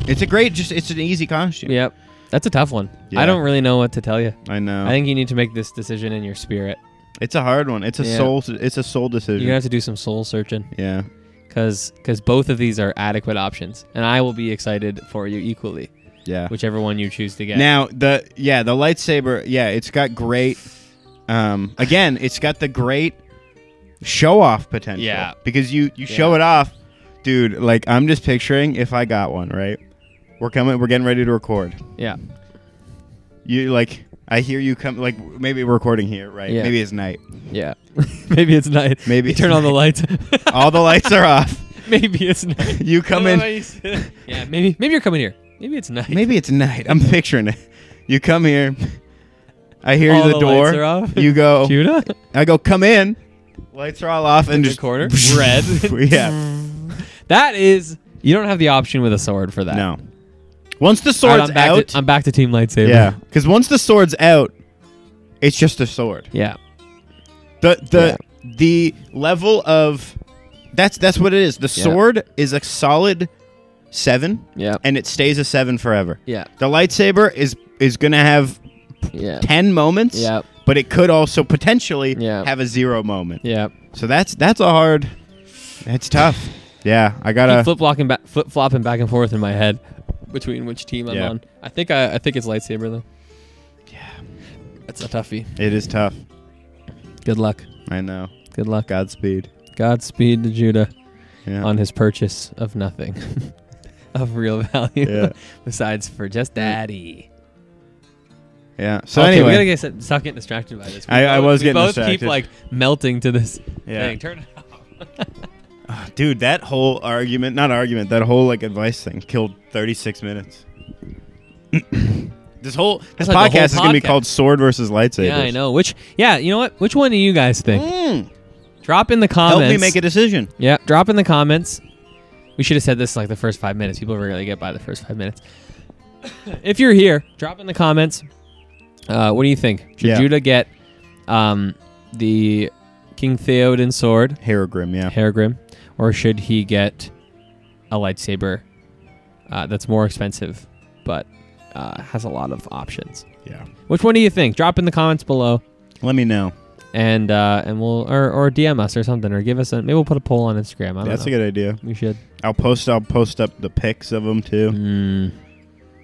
It's a great, just it's an easy costume. Yep, that's a tough one. Yeah. I don't really know what to tell you. I know. I think you need to make this decision in your spirit. it's a hard one. It's a Yeah. soul. It's a soul You're decision. gonna have to do some soul searching yeah. because because both of these are adequate options, and I will be excited for you equally, Yeah. whichever one you choose to get. Now the yeah the lightsaber yeah it's got great um again it's got the great show off potential Yeah. because you you show Yeah. it off dude like I'm just picturing if I got one right we're coming we're getting ready to record yeah, you like I hear you come like maybe we're recording here right Yeah. maybe it's night yeah. (laughs) Maybe it's night. Maybe You it's turn on the lights. all the lights are off (laughs) maybe it's night. (laughs) you come in yeah, maybe maybe you're coming here. Maybe it's night. (laughs) Maybe it's night. I'm picturing it. You come here. I hear All the, the door. lights are off. You (laughs) go. Judah. I go. Come in. Lights are all off and the just (laughs) corner? Red. yeah. That is. You don't have the option with a sword for that. No. Once the All right, sword's I'm back out. To, I'm back to Team Lightsaber. yeah. Because once the sword's out, it's just a sword. Yeah. The the the level of that's that's what it is. The Yeah. sword is a solid seven, Yeah. and it stays a seven forever. Yeah. The lightsaber is is gonna have Yeah. 10 moments Yep. but it could also potentially Yep. have a zero moment Yeah. so that's that's a hard that's tough yeah i gotta flip flopping back, flip flopping back and forth in my head between which team I'm Yeah. on. I think I, I think it's lightsaber though. Yeah. That's a toughie. it is tough Good luck. i know Good luck. godspeed Godspeed to Judah yeah on his purchase of nothing (laughs) of real (laughs) value Yeah. besides for just daddy. yeah so okay, we anyway gotta get s- stop getting distracted by this. We I- I both- was we getting both distracted. keep like melting to this Yeah. thing. Turn it off. dude that whole argument not argument that whole like advice thing killed (coughs) 36 minutes this whole this That's like podcast the whole is gonna be podcast. called sword versus lightsaber Yeah, I know. Which yeah, you know what? Which one do you guys think? Mm, Drop in the comments. help me make a decision Yeah, drop in the comments. We should have said this in, like the first five minutes. People rarely get by the first five minutes. (coughs) if you're here, drop in the comments. Uh, what do you think? Should Yeah. Judah get um, the King Theoden sword, Harrogrim, yeah Hairgrim, or should he get a lightsaber uh, that's more expensive but uh, has a lot of options? yeah Which one do you think? Drop in the comments below let me know and uh, and we'll or, or DM us or something or give us a maybe we'll put a poll on Instagram. I don't that's know. a good idea we should. i'll post i'll post up the pics of them too Mm,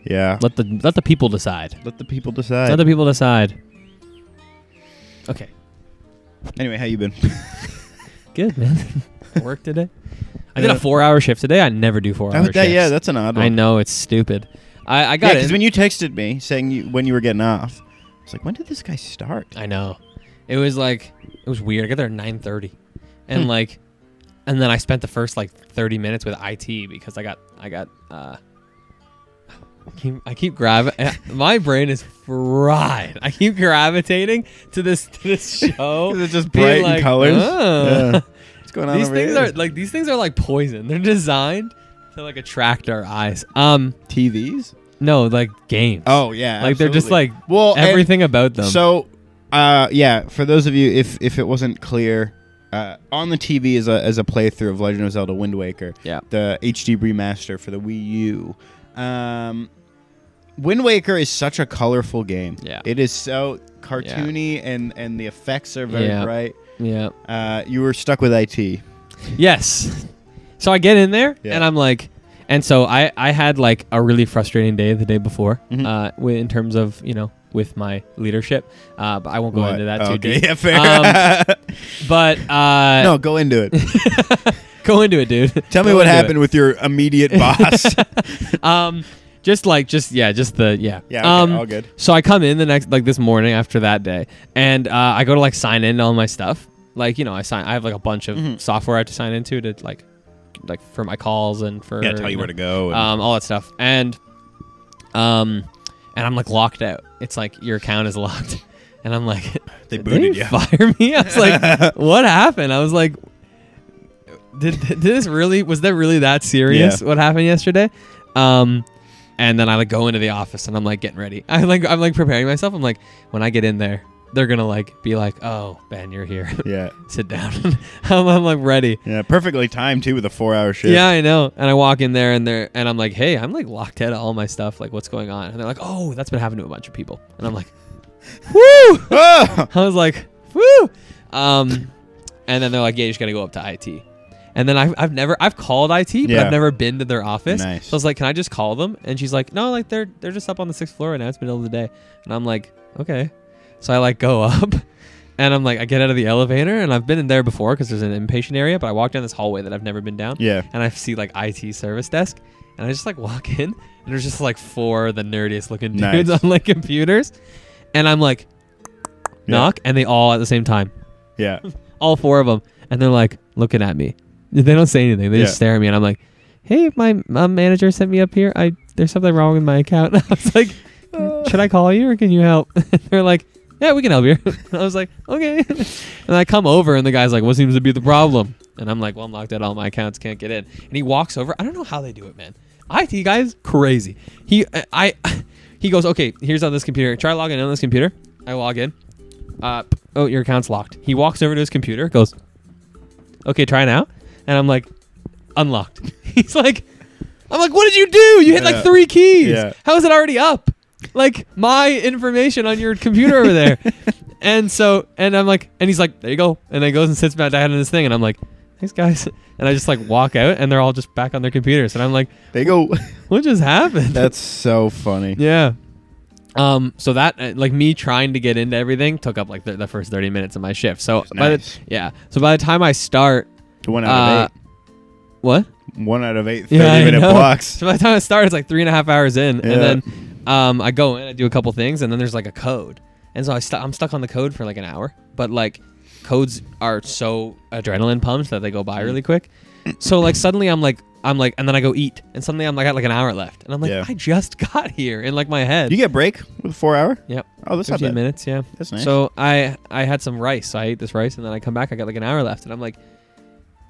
yeah let the let the people decide. Let the people decide. Let the people decide. Okay, anyway, how you been? good man. (laughs) Work today. I did a four-hour shift today. I never do four-hour shifts. (laughs) that, yeah, that's an odd one. I know it's stupid. I, I Yeah, got because it. when you texted me saying you, when you were getting off, it's like, when did this guy start? I know. It was like it was weird. I got there at nine thirty, and Hmm. like, and then I spent the first like thirty minutes with IT because I got I got uh. I keep, I keep gravi- eh, My brain is fried. I keep gravitating to this to (laughs) this show. 'Cause it's just being bright and like, (laughs) colors. "Oh." Yeah. What's going on these over things here? are like these things are like poison. They're designed to like attract our eyes. Um, TVs? no, like games. Oh, yeah. like they're just absolutely. like well, and- everything about them. So, uh, yeah, for those of you, if if it wasn't clear, uh, on the TV is a is a playthrough of Legend of Zelda: Wind Waker. Yeah. the HD remaster for the Wii U. Um, Wind Waker is such a colorful game. Yeah. it is so cartoony and and the effects are very Yeah. bright. yeah. Uh, you were stuck with IT. Yes. So I get in there Yeah. and I'm like, and so I I had like a really frustrating day the day before, Mhm. uh, wi- in terms of you know with my leadership, uh, but I won't go What? into that too okay. deep. (laughs) Um, Yeah, fair. But uh, (laughs) no, go into (laughs) it. go into it, dude. Tell me Go what into it. happened with (laughs) your immediate boss. (laughs) Um, just like just yeah, just the yeah. Yeah, okay, um, all good. So I come in the next like this morning after that day, and uh, I go to like sign in all my stuff. Like you know, I sign. I have like a bunch of Mm-hmm. software I have to sign into to like like for my calls and for know, go. um, all that stuff, and um, and I'm like locked out. It's like your account is locked, (laughs) and I'm like, (laughs) They did booted they you. Fire me? I was (laughs) like, what happened? I was like, did, did this really? Was that really that serious? Yeah. What happened yesterday? Um, and then I like go into the office and I'm like getting ready. (laughs) I like I'm like preparing myself. I'm like when I get in there, they're gonna like be like, "Oh, Ben, you're here. (laughs) (laughs) Yeah. Sit down." (laughs) I'm, I'm like ready. Yeah. Perfectly timed too with a four-hour shift. Yeah, I know. And I walk in there and they're and I'm like, "Hey, I'm like locked out of all my stuff. Like, what's going on?" And they're like, "Oh, that's been happening to a bunch of people." And I'm like, (laughs) "Woo!" (laughs) Oh! I was like, woo. (coughs) Um, and then they're like, yeah, you just got to go up to IT. And then I've, I've never I've called IT, but Yeah. I've never been to their office. Nice. So I was like, can I just call them? And she's like, no, like they're they're just up on the sixth floor right now. It's middle of the day. And I'm like, okay. So I like go (laughs) up, and I'm like, I get out of the elevator, and I've been in there before because there's an inpatient area, but I walk down this hallway that I've never been down. Yeah. And I see like IT service desk, and I just like (laughs) walk in, and there's just like four of the nerdiest looking dudes Nice. on like computers, and I'm like, knock and they all at the same time Yeah. all four of them and they're like looking at me they don't say anything they Yeah. just stare at me and i'm like hey my, my manager sent me up here i there's something wrong with my account (laughs) i was like should i call you or can you help (laughs) and they're like yeah we can help you (laughs) i was like okay (laughs) and i come over and the guy's like what seems to be the problem and i'm like well i'm locked out of all my accounts can't get in and he walks over i don't know how they do it man it guys crazy he i, I (laughs) he goes okay here's on this computer try logging in on this computer i log in uh, p- oh, your account's locked. He walks over to his computer, goes, okay, try now. And I'm like, unlocked. (laughs) He's like, I'm like, what did you do? You hit Yeah. like three keys. Yeah. How is it already up? Like my information on your computer over (laughs) there. and so, and I'm like, and he's like, there you go. And then he goes and sits back down in this thing. And I'm like, thanks guys. (laughs) And I just like walk out and they're all just back on their computers. And I'm like, They go. (laughs) what just happened? That's (laughs) so funny. Yeah. Um. So that, uh, like, me trying to get into everything took up like the, the first thirty minutes of my shift. So by nice. the, yeah. So by the time I start, One out of (laughs) what? eight. One out of eight 30 Uh, Yeah, I minute know. blocks. (laughs) So by the time I start, it's like three and a half hours in, Yeah. and then, um, I go in, I do a couple things, and then there's like a code, and so I stu i I'm stuck on the code for like an hour, but like, codes are so adrenaline pumped that they go by really quick. So like suddenly I'm like I'm like, and then I go eat, and suddenly I'm like I got like an hour left, and I'm like Yeah. I just (laughs) got here in like my head. You get a break with a four hour? yep. Oh, that's not 15 bad. minutes, yeah. That's nice. So I I had some rice. So I ate this rice, and then I come back. I got like an hour left, and I'm like,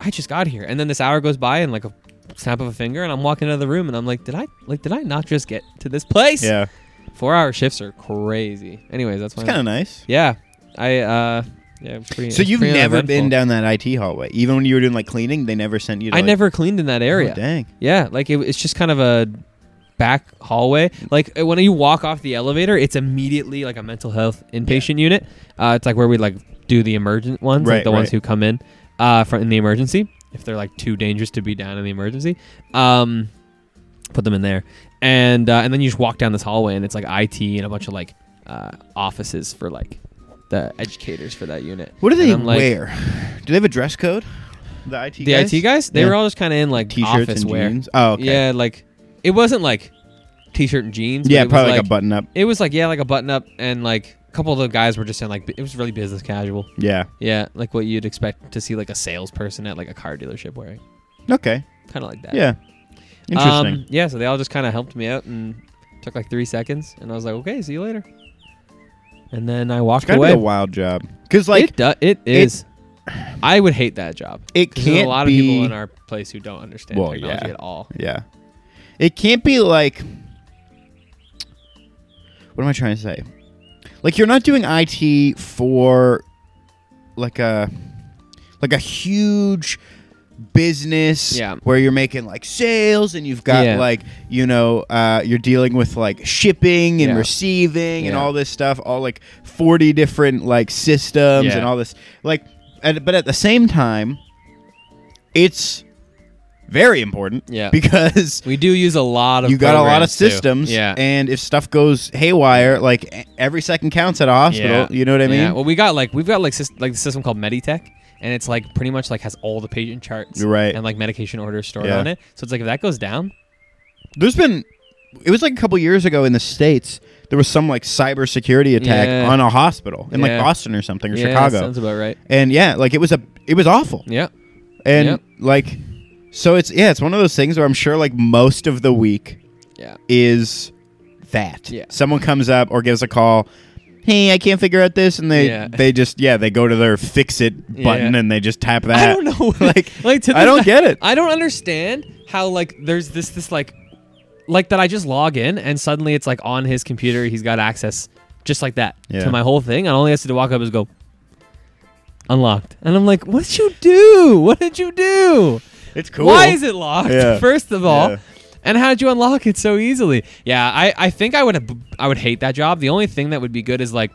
I just got here, and then this hour goes by, and like a snap of a finger, and I'm walking out of the room, and I'm like, did I like did I not just get to this place? Yeah. Four hour shifts are crazy. Anyways, that's It's why. kind of nice. yeah. I uh yeah. it's Pretty, So it's you've pretty never been uneventful. down that IT hallway, even when you were doing like cleaning, they never sent you. To, I like- never cleaned in that Oh, area. dang. Yeah, like it, it's just kind of a back hallway. Like uh, when you walk off the elevator, it's immediately like a mental health inpatient unit. Uh, it's like where we like do the emergent ones, Right, like the right. ones who come in uh, from in the emergency if they're like too dangerous to be down in the emergency. Um, put them in there, and uh, and then you just walk down this hallway, and it's like IT and a bunch of like uh, offices for like the educators for that unit. What do And they I'm like- wear? Do they have a dress code? The IT The guys? IT guys, they Yeah. were all just kind of in like T-shirts office and wear. jeans. Oh, okay. Yeah, like it wasn't like t-shirt and jeans. but Yeah, it was, probably like, like a button up. It was like yeah, like a button up, and like a couple of the guys were just in like bu- it was really business casual. Yeah. Yeah, like what you'd expect to see like a salesperson at like a car dealership wearing, Okay. kind of like that. Yeah. Um, Interesting. yeah, so they all just kind of helped me out and took like three seconds, and I was like, okay, see you later. And then I it's walked gotta be away. a wild job because like it, do- it is. I would hate that job. It 'Cause there's can't a lot be- of people in our place who don't understand Well, technology yeah. at all. Yeah. It can't be like. What am I trying to say? Like you're not doing IT for like a like a huge business Yeah. where you're making like sales and you've got Yeah. like you know uh, you're dealing with like shipping and Yeah. receiving and Yeah. all this stuff all like 40 different like systems and Yeah. all this like and, but at the same time it's very important Yeah. because We do use a lot of. you got a lot of programs, too. systems Yeah. and if stuff goes haywire like e- every second counts at a hospital Yeah. you know what i mean Yeah. Well, we got like we've got like sys- like the system called Meditech, and it's like pretty much like has all the patient charts, You're right. and like medication orders stored Yeah. on it. So it's like if that goes down, there's been it was like a couple years ago in the states there was some like cybersecurity attack Yeah. on a hospital in like Yeah. boston or something or yeah, chicago sounds about right. and yeah like it was a it was awful Yeah. and Yep. like so it's yeah it's one of those things where i'm sure like most of the week Yeah. is that. Yeah. Someone comes up or gives a call. Hey, I can't figure out this, and they Yeah. they just yeah they go to their fix it button Yeah. and they just tap that. I don't (laughs) know. (laughs) like like to I this- (laughs) don't get it. I don't understand how like there's this this like like that I just log in and suddenly it's like on his computer he's got access just like that Yeah. to my whole thing and all he has to do walk up is go unlocked and I'm like what did you do what did you do It's cool. why is it locked (laughs) Yeah. first of all Yeah. and how did you unlock it so easily yeah I, I think I would I would hate that job the only thing that would be good is like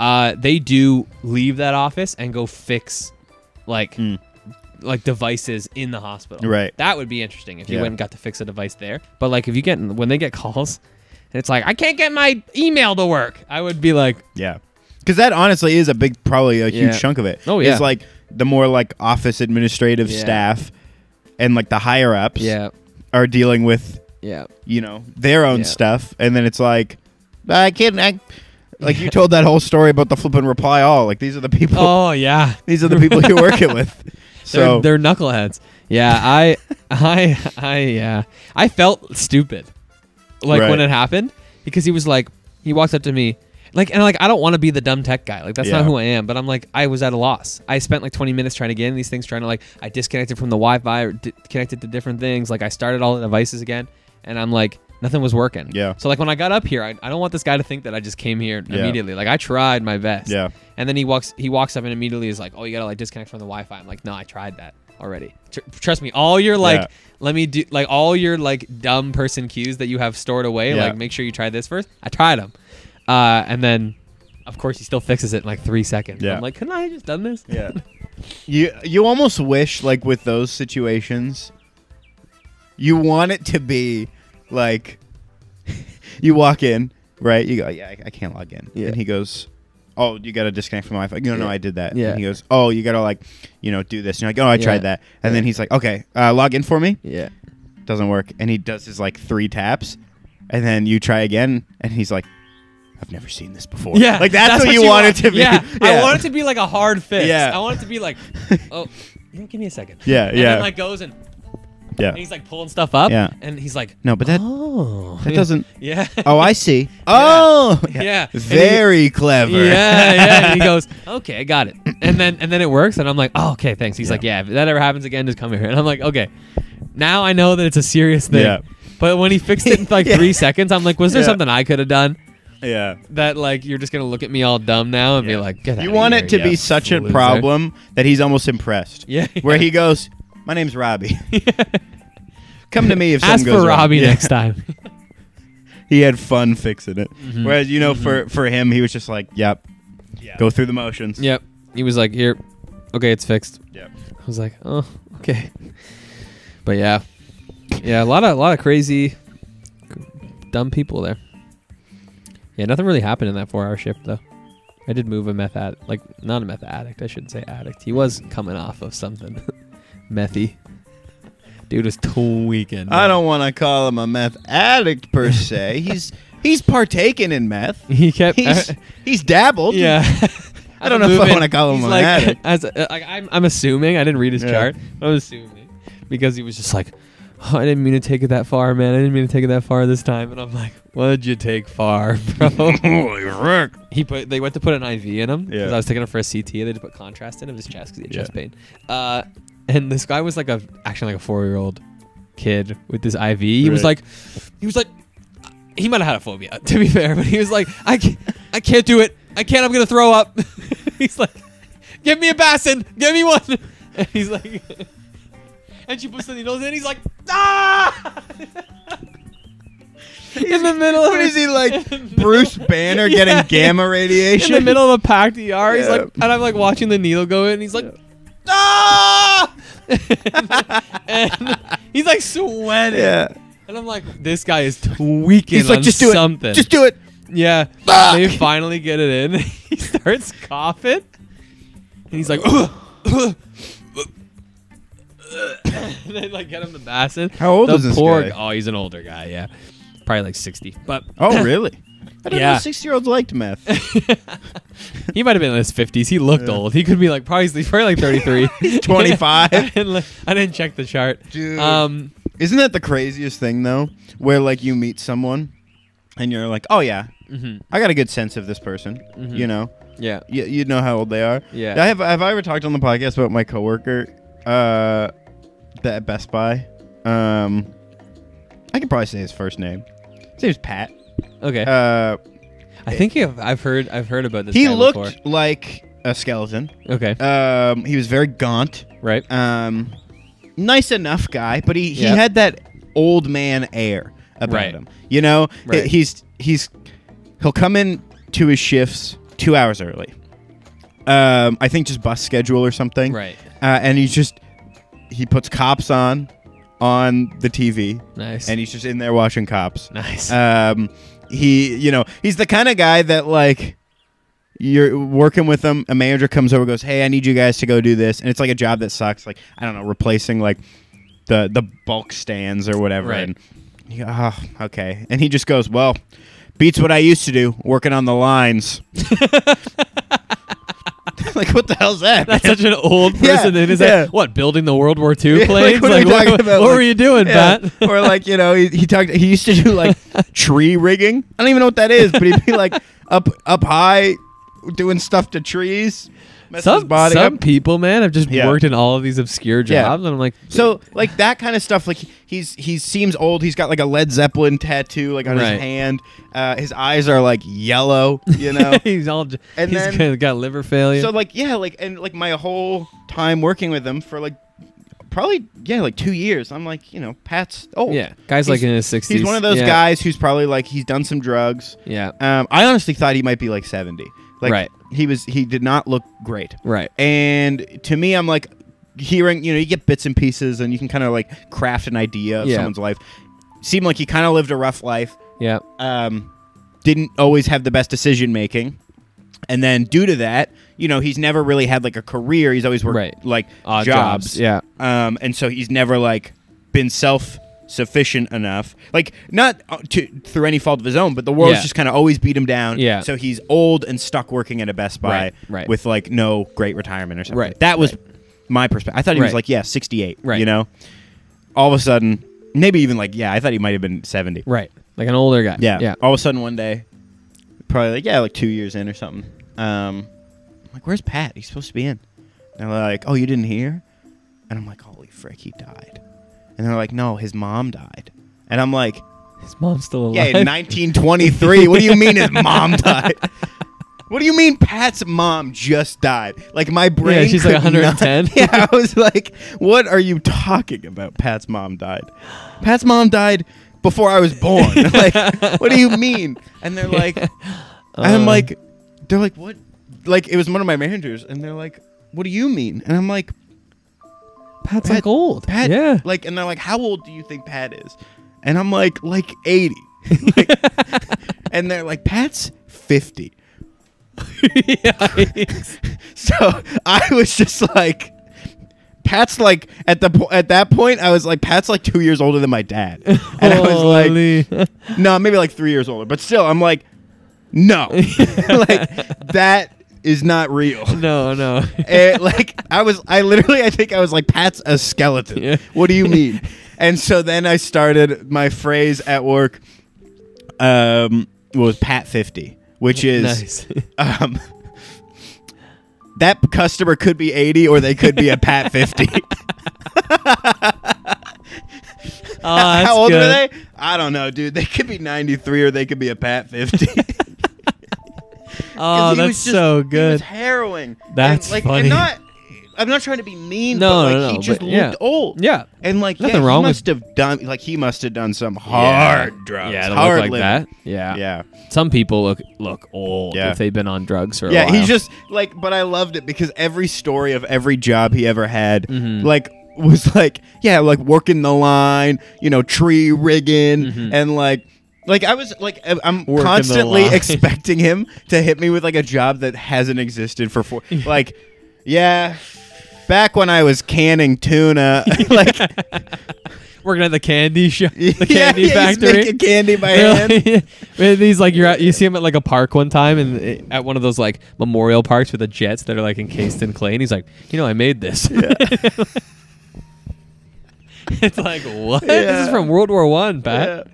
uh, they do leave that office and go fix like Mm. like devices in the hospital Right. that would be interesting if you Yeah. went and got to fix a device there but like if you get when they get calls and it's like I can't get my email to work I would be like Yeah. Because that honestly is a big, probably a Yeah. huge chunk of it. Oh, yeah. It's like the more like office administrative Yeah. staff and like the higher ups yeah are dealing with, yeah you know, their own Yeah. stuff. And then it's like, I can't, I, like you told that whole story about the flipping reply all. Like these are the people, oh yeah these are the people you're working (laughs) with. So they're, they're knuckleheads. Yeah, (laughs) I, I, I, yeah, I felt stupid, like when Right. it happened, because he was like, he walked up to me, like, and like, I don't want to be the dumb tech guy, like that's not Yeah. who I am, but I'm like, I was at a loss. I spent like 20 minutes trying to get in these things, trying to like, I disconnected from the Wi-Fi, or di- connected to different things, like I started all the devices again, and I'm like. Nothing was working. Yeah. So like when I got up here, I, I don't want this guy to think that I just came here Yeah. immediately. Like I tried my best. Yeah. And then he walks he walks up and immediately is like, "Oh, you gotta like disconnect from the Wi-Fi." I'm like, "No, I tried that already. Tr- trust me. All your like, Yeah. let me do like all your like dumb person cues that you have stored away. Yeah. Like, make sure you try this first. I tried them, uh, and then of course he still fixes it in like three seconds. Yeah. I'm like, couldn't I have just done this? yeah. (laughs) You, you almost wish like with those situations, you want it to be like (laughs) you walk in, right? You go, yeah, I, I can't log in. Yeah. And he goes, oh, you got to disconnect from Wi-Fi. No, no, I did that. Yeah. And he goes, oh, you got to like, you know, do this. And you're like, oh, I Yeah. tried that. And then he's like, okay, uh, log in for me. Yeah. Doesn't work. And he does his like three taps, and then you try again, and he's like, I've never seen this before. Yeah, like that's, what, you, want it to be. (laughs) Yeah, I want it to be like a hard fix. Yeah. I want it to be (laughs) like, oh, you know, give me a second. Yeah, and yeah. Then, like goes and, Yeah. and he's like pulling stuff up. Yeah. and he's like, No, but that oh, (laughs) that doesn't. Yeah. Oh, I see. Oh, Yeah. And he- Very (laughs) clever. Yeah, yeah. And he goes, (laughs) "Okay, I got it." And then and then it works, and I'm like, "Oh, okay, thanks." He's Yeah. like, "Yeah, if that ever happens again, just come here." (laughs) And I'm like, "Okay." Now I know that it's a serious thing. Yeah. But when he fixed it in like (laughs) Yeah. three seconds, I'm like, "Was there Yeah. something I could have done (laughs) yeah. that like you're just gonna look at me all dumb now and Yeah. be like, Get outta You want here, it to you be such a loser." problem that he's almost impressed. (laughs) Yeah. (laughs) Where he goes, my name's Robbie. (laughs) Come to me if something Ask goes for wrong." Robbie Yeah. next (laughs) time. He had fun fixing it. Mm-hmm. Whereas you know, for for him, he was just like, "Yep, go through the motions." yep. He was like, "Here, okay, it's fixed." Yep. I was like, "Oh, okay." But yeah, yeah, a lot of a lot of crazy, dumb people there. Yeah, nothing really happened in that four-hour shift though. I did move a meth addict, like not a meth addict. I shouldn't say addict. He was coming off of something, (laughs) methy. Dude was tweaking. I don't want to call him a meth addict per (laughs) se. he's he's partaking in meth. He kept. He's he's dabbled. yeah. (laughs) I don't know if I Moving- wanna call him he's an like, addict. (laughs) As uh, like, I'm, I'm assuming I didn't read his Yeah. chart. I'm assuming because he was just like, "Oh, I didn't mean to take it that far, man. I didn't mean to take it that far this time. And I'm like, what'd you take far, (laughs) bro? (laughs) Holy frick. he put they went to put an IV in him because Yeah. I was taking him for a CT. and They just put contrast in of his chest because he had chest Yeah. pain. Uh, and this guy was like a acting like a four year old kid with this IV. He was Right. like, he was like, he might have had a phobia (laughs) to be fair, but he was like, I can't, I can't do it. I can't. I'm gonna throw up. (laughs) he's like, give me a basin. Give me one. (laughs) And he's like. (laughs) And she puts the needles in. He's like, ah! (laughs) in the middle of What his- is he like? (laughs) in the Bruce middle- Banner Yeah, getting gamma in radiation the middle of a packed ER. He's Yeah. like, and I'm like watching the needle go in. And he's like, (laughs) Ah! ah! (laughs) and he's like sweating. Yeah. And I'm like, this guy is tweaking. He's like, on just do something. it. (laughs) Just do it. yeah. Fuck! They finally get it in. (laughs) he starts coughing. And he's like, (laughs) and then like get him the basin. How old the is this poor guy? Oh, he's an older guy. Yeah, probably like sixty. But Oh, really? I didn't Yeah. know six-year-olds liked meth. (laughs) he might have been in his fifties. He looked Yeah. old. He could be like probably probably like thirty three. (laughs) He's 25. (laughs) I didn't look- I didn't check the chart. Dude. Um, Isn't that the craziest thing though? Where like you meet someone, and you're like, oh yeah, mhm, I got a good sense of this person. Mhm. You know, yeah. you you know how old they are. Yeah. I have have I ever talked on the podcast about my coworker, uh, that at Best Buy, um, I can probably say his first name. His name's Pat. Okay. Uh, I think I've, I've heard I've heard about this. he guy looked Before. like a skeleton. Okay. Um, he was very gaunt. right. Um, nice enough guy, but he, he Yep. had that old man air about Right. him. You know, Right. He- he's he's he'll come in to his shifts two hours early. Um, I think just bus schedule or something. Right. Uh, and he's just he puts cops on on the TV, Nice. and he's just in there watching cops. nice. Um, he, you know, he's the kind of guy that like you're working with him. A manager comes over, goes, "Hey, I need you guys to go do this," and it's like a job that sucks. Like I don't know, replacing like the the bulk stands or whatever. Right. And he, oh, okay. And he just goes, "Well, beats what I used to do, working on (laughs) the lines." (laughs) like what the hell's that? That's (laughs) man? such an old Yeah, person. that is yeah. that what building the World War II (laughs) Yeah, planes? what are we talking about? what Like, were you doing, yeah. (laughs) Pat? or like you know, he, he talked. He used to (laughs) do like tree rigging. I don't even know what that is, but he'd be like up up high, doing stuff to trees. mess his some body some up. people, man, have just Yeah. worked in all of these obscure jobs, Yeah. and I'm like, So like that kind of stuff. Like he's he seems old. He's got like a Led Zeppelin tattoo like on Right. his hand. Uh, his eyes are like yellow. (laughs) You know. he's all j- And he's then- kinda got liver failure. so like yeah like and like my whole time working with him for like probably yeah like two years. I'm like you know Pat's oh yeah, guys like in his 60s. He's one of those yeah. guys who's probably like he's done some drugs. Yeah, Um, I honestly thought he might be like 70. Like Right. he was he did not look great. right. And to me I'm like hearing, you know, you get bits and pieces and you can kind of like craft an idea of Yeah. someone's life. Seemed like he kind of lived a rough life. Yeah, Um, didn't always have the best decision making. And then due to that, you know, he's never really had like a career. He's always worked Right. like Odd jobs. jobs, yeah. Um, and so he's never like been self sufficient enough. Like not uh, to, through any fault of his own, but the world's Yeah. just kind of always beat him down. Yeah. So he's old and stuck working at a Best Buy Right, right. with like no great retirement or something. Right, That was my perspective. I thought he was Right. like yeah, 68, Right. you know. All of a sudden, maybe even like yeah, I thought he might have been 70. right. Like an older guy. Yeah. yeah. All of a sudden one day, probably like yeah, like two years in or something. Um, I'm like, where's Pat? He's supposed to be in. And they're like, oh, you didn't hear? And I'm like, holy frick, he died. And they're like, no, his mom died. And I'm like, His mom's still yeah, alive. in 1923. what do (laughs) you mean his mom died? What do you mean Pat's mom just died? Like my brain. she's like could not- 110. (laughs) yeah, I was like, what are you talking about? Pat's mom died. Pat's mom died before I was (laughs) born. like, what do you mean? And they're like, I'm Uh. like, they're like, what? Like it was one of my managers, and they're like, what do you mean? And I'm like, Pat's Pat- like old. Pat, yeah. (laughs) Like, and they're like, "How old do you think Pat is?" And I'm like, "Like 80." (laughs) Like- and they're like, "Pat's 50." (laughs) Yikes. (laughs) So I was just like, "Pat's like at the po- at that point, I was like, Pat's like two years older than (laughs) my dad," and I was like, Holy. no, maybe like three years older, but still, I'm like, no, (laughs) like that is not real. (laughs) no, no. And, Eh, (laughs) like I was, I literally, I think I was like, Pat's a skeleton. Yeah. What (laughs) do you mean? and so then I started my phrase at work. Um, was Pat fifty, which is (laughs) nice. um, that customer could be 80 or they could be a pat (laughs) 50 Oh, (laughs) that's how old good. are they i don't know dude they could be 93 or they could be a pat (laughs) 50 Oh, 'Cause he that's was just- so He good. was harrowing. That's and, like, funny. And not, I'm not trying to be mean. No, but, like, no, no, He but just looked yeah. old. Yeah. And like Nothing yeah, wrong with- he must have done like he must have done some hard drugs. Yeah, to hard look like living. that. Yeah. Yeah. Some people look look old Yeah. if they've been on drugs for a Yeah, while. he's just like, but I loved it because every story of every job he ever had, Mm-hmm. like, was like, yeah, like working the line, you know, tree rigging, and like, like I was like, I- I'm Mm-hmm. Working the constantly line. (laughs) expecting him to hit me with like a job that hasn't existed (laughs) for four, like, yeah. Back when I was (laughs) canning tuna, like working at the candy (laughs) shop, the (laughs) yeah, candy yeah, he's factory. making candy (laughs) by They're hand. like- Man, He's like you're at, you see him at like a park one time and it- at one of those like memorial parks with the jets that are like encased in clay and he's like, you know, I made this. (laughs) it's like what? This is Yeah. from World War One, Pat. Yeah.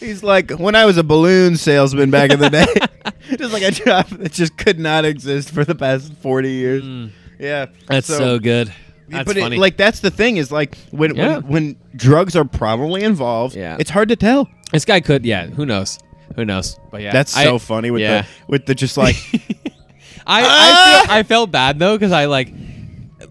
He's like, when I was a balloon salesman back in (laughs) the day, just like a job that just could not exist for the past 40 years. Yeah. That's Hmm. so, good. That's but it- funny. like that's the thing is like when, Yeah. when when drugs are prominently involved, Yeah. it's hard to tell. this guy could. Yeah, who knows? Who knows? But yeah, That's I- so funny with yeah. the Ah! with the (laughs) just like I I, feel, I felt bad though because I like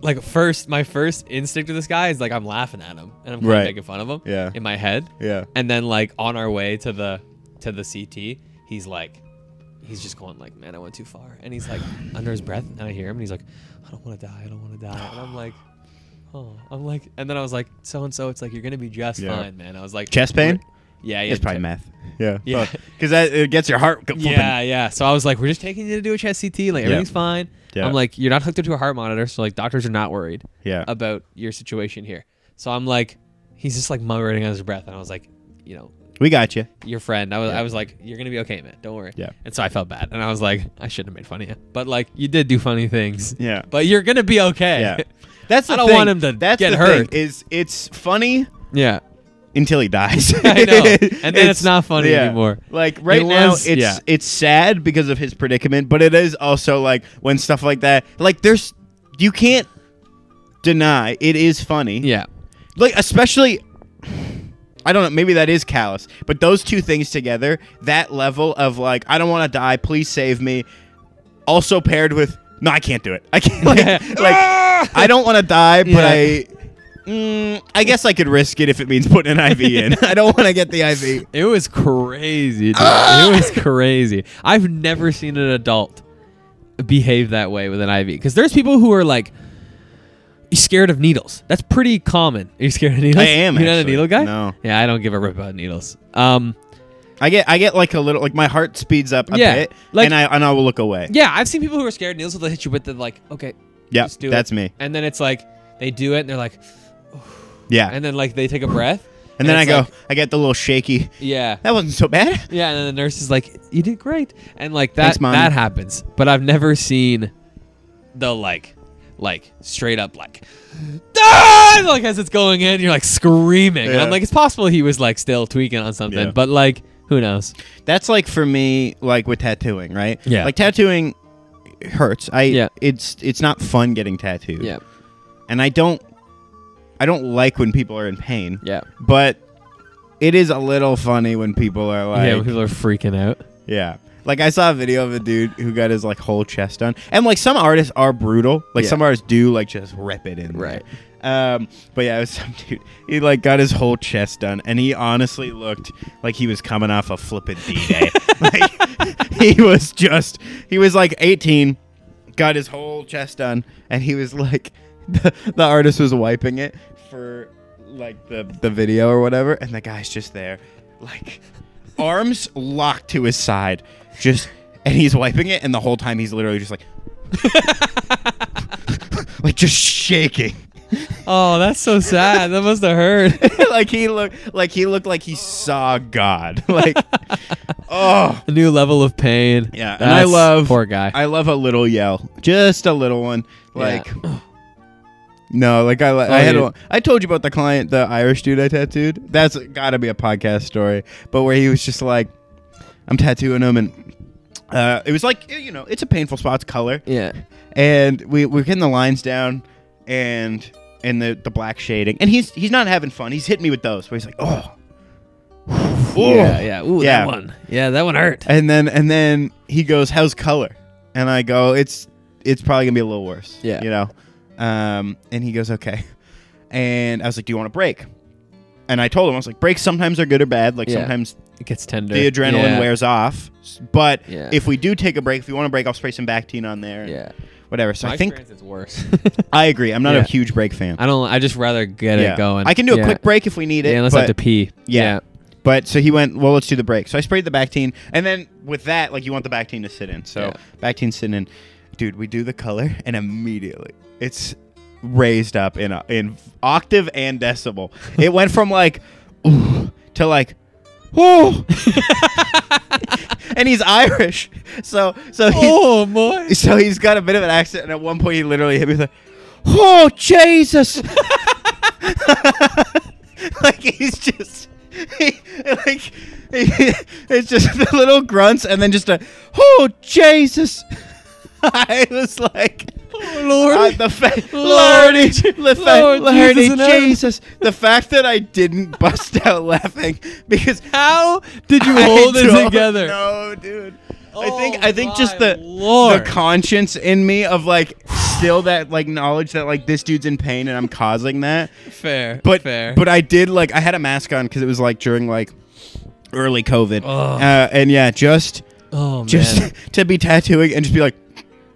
like first my first instinct with this guy is like I'm laughing at him and I'm kind Right. of making fun of him Yeah. in my head yeah. and then like on our way to the to the CT he's like he's just going like man I went too far and (sighs) he's like under his breath and I hear him and he's like I don't want to die I don't want to die (sighs) and I'm like. Oh, I'm like, and then I was like, so and so. It's like you're gonna be just Yeah. fine, man. I was like, Chest pain? Yeah, yeah. It's probably che- meth. Yeah. (laughs) Yeah. Cuz that it gets your heart flipping. Yeah, yeah. So I was like, we're just taking you to do a chest CT. Like everything's fine. Yeah. I'm like, you're not hooked up to a heart monitor, so like doctors are not worried Yeah. about your situation here. So I'm like, he's just like muttering under his breath, and I was like, you know, We got you. your friend. I was, I was like, you're gonna be okay, man. Don't worry. Yeah. And so I felt bad, and I was like, I shouldn't have made fun of you, but like you did do funny things. Yeah. But you're gonna be okay. Yeah. That's the I don't thing. want him to That's get the hurt. Thing, is it's funny (laughs) yeah. until he dies. (laughs) I know. And then it's not funny anymore. Like right It now, was- it's yeah. it's sad because of his predicament, but it is also like when stuff like that, like there's you can't deny it is funny. Yeah. Like especially. I don't know. Maybe that is callous, but those two things together, that level of like, I don't want to die, please save me, also paired with, no, I can't do it. I can't. (laughs) Like, Yeah. Ah! like I don't want to die, but Yeah. I, mm, I guess I could risk it if it means putting an IV (laughs) in. I don't want to get the IV. It was crazy. Dude. (laughs) It was crazy. I've never seen an adult behave that way with an IV. Because there's people who are like scared of needles. That's pretty common. Are you scared of needles? I am, You're not a actually. needle guy. No. Yeah, I don't give a rip about needles. Um. I get I get like a little like my heart speeds up a Yeah, bit, like- and I and I will look away. Yeah, I've seen people who are scared of needles. So they'll hit you with the like, okay, Yeah, just do it. that's me. And then it's like they do it, and they're like, Yeah, and, and then like they take a breath, then I it's go, like, I get the little shaky. (laughs) yeah. That wasn't so bad. Yeah, and then the nurse is like, "You did great," and like that Thanks, Mom. that happens. But I've never seen the like, like straight up like, (laughs) "Ah!" like as it's going in, you're like screaming, and I'm Yeah. like, it's possible he was like still tweaking on something, Yeah. but like who knows? That's like for me, like with tattooing, right? Yeah. like tattooing hurts. I Yeah. it's it's not fun getting tattooed. Yeah, and I don't I don't like when people are in pain. yeah, but it is a little funny when people are like, yeah. when People are freaking out. Yeah. Like I saw a video of a dude who got his like whole chest done, and like some artists are brutal. Like Yeah. some artists do like just rip it in. there. Right. Um. But yeah, it was (laughs) some dude. He like got his whole chest done, and he honestly looked like he was coming off a flippin' (laughs) D day. like (laughs) he was just. He was like 18, got his whole chest done, and he was like, (laughs) the, the artist was wiping it for like the the video or whatever, and the guy's just there, like arms locked to his side, just and he's wiping it, and the whole time he's literally just like, (laughs) like just shaking. (laughs) Oh, that's so sad. that must have hurt. (laughs) like he looked, like he looked like he saw God. (laughs) Like, oh A new level of pain. yeah. And I That's- love poor guy. I love a little yell, just a little one. Like, no, like I, I had. dude. A, I told you about the client, the Irish dude I tattooed. That's got to be a podcast story. But where he was just like, I'm tattooing him, and uh, it was like, you know, it's a painful spot. It's color yeah, and we we're getting the lines down and and the the black shading and he's he's not having fun he's hitting me with those where he's like oh Ooh. yeah, yeah. Ooh, Yeah. that one. Yeah, that one hurt. and then and then he goes how's color and i go it's it's probably gonna be a little worse Yeah. you know um and he goes okay and i was like do you want a break and i told him i was like breaks sometimes are good or bad like Yeah. sometimes It gets tender. the adrenaline Yeah. wears off S- but Yeah. if we do take a break if you want a break i'll spray some bactine on there and Yeah. whatever so My i think experience is worse. (laughs) i agree i'm not Yeah. a huge break fan I don't. I just rather get yeah. it going. I can do a Yeah. quick break if we need it. Yeah, unless I but, have to pee. (laughs) yeah. But so he went, well, let's do the break. So I sprayed the Bactine, and then with that, like you want the Bactine to sit in. So Yeah. Bactine's sitting in. Dude, we do the color, and immediately it's raised up in in octave and decibel. it went from like (laughs) ooh to like (laughs) whoa, (laughs) and he's Irish, so so he, Oh boy. so he's got a bit of an accent, and at one point he literally hit me with a, "Oh Jesus!" (laughs) like he's just, he, like he- it's just (laughs) the (laughs) little grunts, and then just a, "Oh Jesus!" (laughs) I was like, Lord. (laughs) I- the fa- Lordy, the Lord, Lordy Jesus in heaven. Jesus. The fact that I didn't (laughs) bust out laughing because How did you (laughs) I hold it don't together? know, dude. I Oh think I think just my the Lord. the conscience in me of like still that like knowledge that like this dude's in pain and I'm causing that. Fair, But fair. but I did like I had a mask on because it was like during like early COVID. Ugh. Uh, and yeah, just (laughs) oh man, just to be tattooing and just be like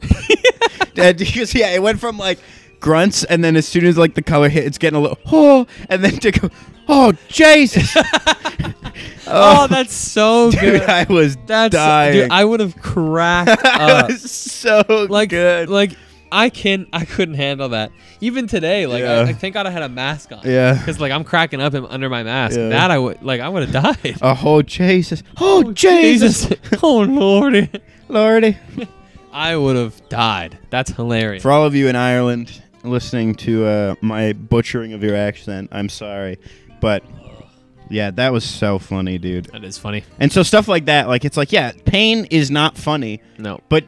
(laughs) Dad, because yeah it went from like grunts and then as soon as like the color hit it's getting a little (laughs) oh and then to go oh (laughs) jesus (laughs) oh, that's so dude good. i was That's dying dude, I would have (laughs) cracked I up. was so Uh, like good like I can I couldn't handle that. Even today, like Yeah. I, I think I had a mask on. Yeah. Because like I'm cracking up in- under my mask. Yeah. That I would like I would have died. oh, oh jesus (laughs) (laughs) oh, jesus, oh lordy. lordy I would have died. That's hilarious. for all of you in ireland listening to uh, my butchering of your accent i'm sorry but yeah that was so funny dude that is funny. And so stuff like that, like it's like, yeah, pain is not funny, No. but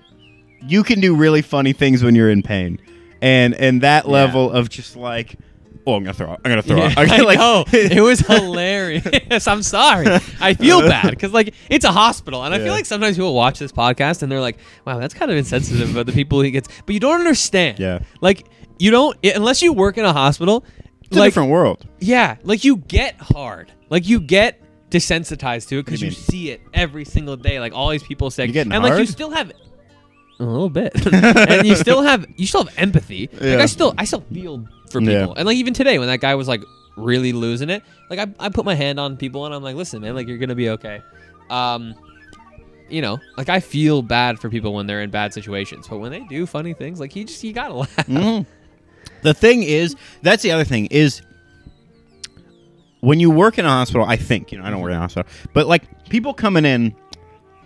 you can do really funny things when you're in pain. And and that level of just like, oh, I'm gonna throw up. I'm gonna throw Yeah, up. (laughs) I'm I gonna, (laughs) like, know. it was hilarious. I'm sorry. I (laughs) feel bad because like it's a hospital, and I Yeah. feel like sometimes people watch this podcast and they're like, "Wow, that's kind of insensitive about the people he gets." But you don't understand. Yeah. Like you don't i- unless you work in a hospital. it's a like different world. yeah, like you get hard. Like you get desensitized to it because do you you, mean? see it every single day. Like all these people sick, You're getting and like you hard? still have a little bit, (laughs) and you still have you still have empathy. Like Yeah. I still I still feel for people, Yeah. and like even today when that guy was like really losing it, like I, I put my hand on people and I'm like, listen, man, like you're gonna be okay. Um, you know, like I feel bad for people when they're in bad situations, but when they do funny things, like he just you gotta laugh. Mm. The thing is, that's the other thing is when you work in a hospital, I think, you know, I don't work in a hospital, but like people coming in,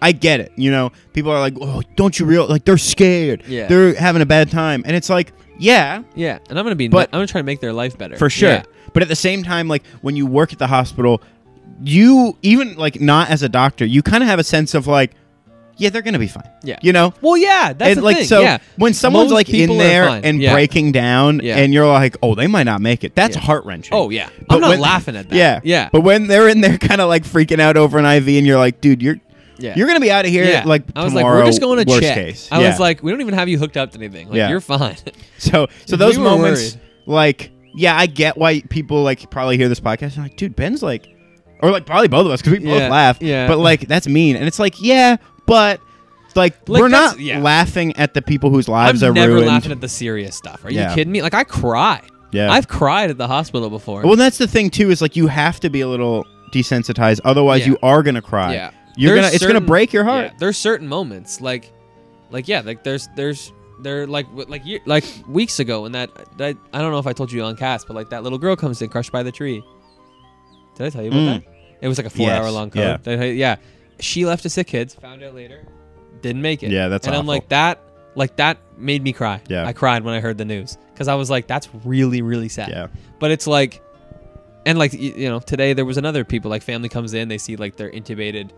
I get it. You know, people are like, oh, don't you real like they're scared. Yeah. They're having a bad time. And it's like, yeah, Yeah, and I'm gonna be, But- I'm gonna try to make their life better for sure. Yeah. But at the same time, like when you work at the hospital, you even like not as a doctor, you kind of have a sense of like, yeah, they're gonna be fine. Yeah. you know. Well, yeah, that's and the like thing. so, yeah. when someone's Most like in people are there fine. and Yeah. breaking down, Yeah. and you're like, oh, they might not make it. That's Yeah. heart wrenching. Oh yeah, I'm not laughing at that. Yeah, yeah, But when they're in there, (laughs) kind of like freaking out over an IV, and you're like, dude, you're Yeah. you're gonna be out of here. yeah. Like I was tomorrow, like, we're just going to worst check. Case. I yeah. was like, we don't even have you hooked up to anything. Like Yeah. you're (laughs) fine. So so We those were moments, worried. like, yeah, I get why people like probably hear this podcast and like, dude, Ben's like, or like probably both of us because we Yeah, both laugh. yeah. But like, that's mean, and it's like, yeah, but like, Like, we're that's- not yeah. laughing at the people whose I'm lives are never ruined. laughing at the serious stuff. Are Yeah. you kidding me? Like I cry. Yeah. I've cried at the hospital before. well, that's the thing too is like you have to be a little desensitized, otherwise Yeah. you are gonna cry. yeah, You're There's gonna it's gonna certain- break your yeah. heart. There's certain moments like, like yeah, like there's there's there like w- like year, like weeks ago when that, that I don't know if I told you on cast, but like that little girl comes in crushed by the tree. Did I tell you about Mm. that? It was like a four hour Yes, long yeah. code. Did I- Yeah. She left to sick kids, found out later, didn't make it. Yeah, that's And I'm awful. like that like that made me cry. Yeah. I cried when I heard the news cuz I was like that's really really sad. Yeah. But it's like and like y- you know, today there was another people like family comes in, they see like they're intubated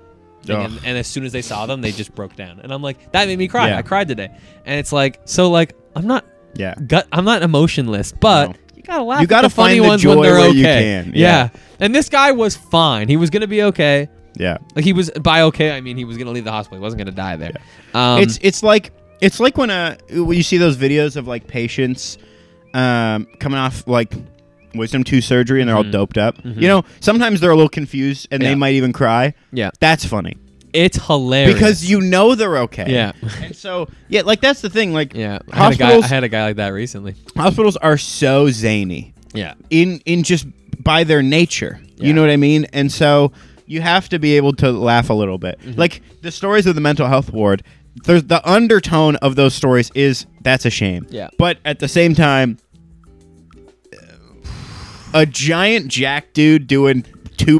thing, Ugh. and, and as soon as they saw them, they just broke down. And I'm like, that made me cry. Yeah. I cried today. And it's like so like I'm not Yeah. gut I'm not emotionless, but No. you gotta laugh. You at gotta the funny find the ones joy when they're where okay. you can, yeah. Yeah. and this guy was fine. He was gonna be okay. Yeah. Like he was by okay, I mean he was gonna leave the hospital. He wasn't gonna die there. Um, it's it's like it's like when uh when you see those videos of like patients um coming off like wisdom tooth surgery and they're all doped up. You know, sometimes they're a little confused and they Mm-hmm. Yeah. might even cry. yeah, That's funny it's hilarious because you know they're okay. yeah. And so yeah, like that's the thing. Like Yeah, I had, a guy, hospitals I had a guy like that recently. hospitals are so zany Yeah, in in just by their nature. You Yeah. know what I mean? And so you have to be able to laugh a little bit. Mm-hmm. Like the stories of the mental health ward, there's the undertone of those stories is that's a shame. Yeah. But at the same time a giant jack dude doing two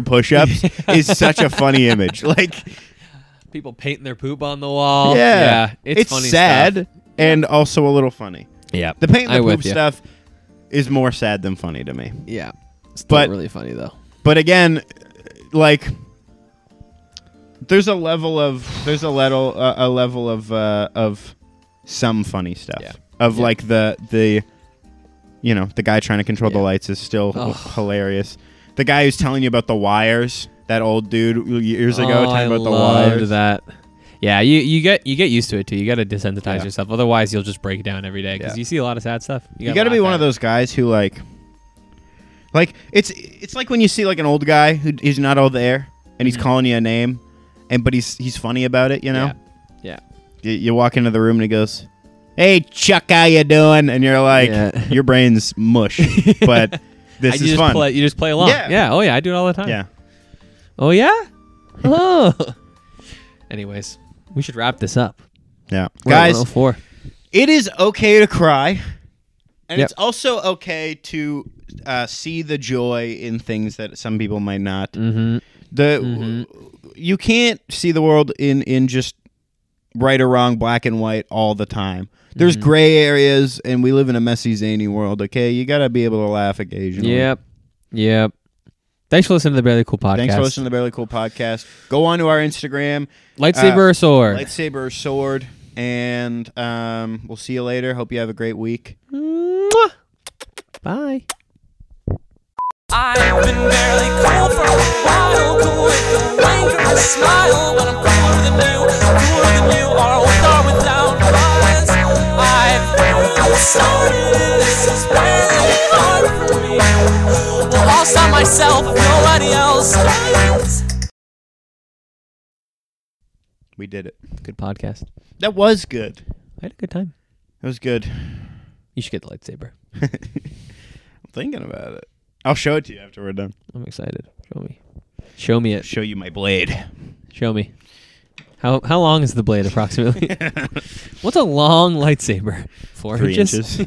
(laughs) push-ups is such a funny image. Like, people painting their poop on the wall. yeah, Oh, it's, it's funny sad stuff. and also a little funny. Yeah, The paint I the with poop ya. stuff is more sad than funny to me. Yeah, still But- really funny though. But again, like there's a level of there's a level uh, a level of uh, of some funny stuff. Yeah. of like the the you know the guy trying to control the Yeah. lights is still Ugh. hilarious. The guy who's telling you about the wires, that old dude years ago oh, talking I about the loved wires. that. Yeah, you, you get you get used to it too. You got to desensitize Yeah. yourself, otherwise you'll just break down every day because Yeah. you see a lot of sad stuff. You got to be laugh one at of it. those guys who like like it's it's like when you see like an old guy who is not all there and he's calling you a name and but he's he's funny about it, you know? Mm-hmm. Yeah. You, you walk into the room and he goes, "Hey Chuck, how you doing?" and you're like Yeah. (laughs) your brain's (laughs) mush, but I- this you is just fun. Play, you just play along. Yeah. Oh yeah, I do it all the time. Yeah. Oh yeah. Oh. (laughs) Anyways, we should wrap this up. Yeah. We're at Guys, 104. it is okay to cry. And Yep. it's also okay to uh, see the joy in things that some people might not. Mm-hmm. The you can't see the world in in just right or wrong, black and white all the time. There's Mm-hmm. gray areas, and we live in a messy, zany world. Okay, you gotta be able to laugh occasionally. Yep. Yep. Thanks for listening to the Barely Cool podcast. Thanks for listening to the Barely Cool podcast. Go on to our Instagram, Uh, Lightsaber or sword? lightsaber or sword, and um, we'll see you later. Hope you have a great week. Mwah. Bye. I've been barely cool for a while, cool with the wink and the smile. When I'm cool with you, cool with you, or with or without bias. I've barely started, this is barely hard for me. Lost on myself, nobody else does. We did it. Good podcast. That was good. I had a good time. That was good. (laughs) You should get the lightsaber. I'm thinking about it. I'll show it to you after we're done. I'm excited. Show me. Show me it. Show you my blade. Show me. How (laughs) how long is the blade approximately? What's a long lightsaber? Four Three inches. inches.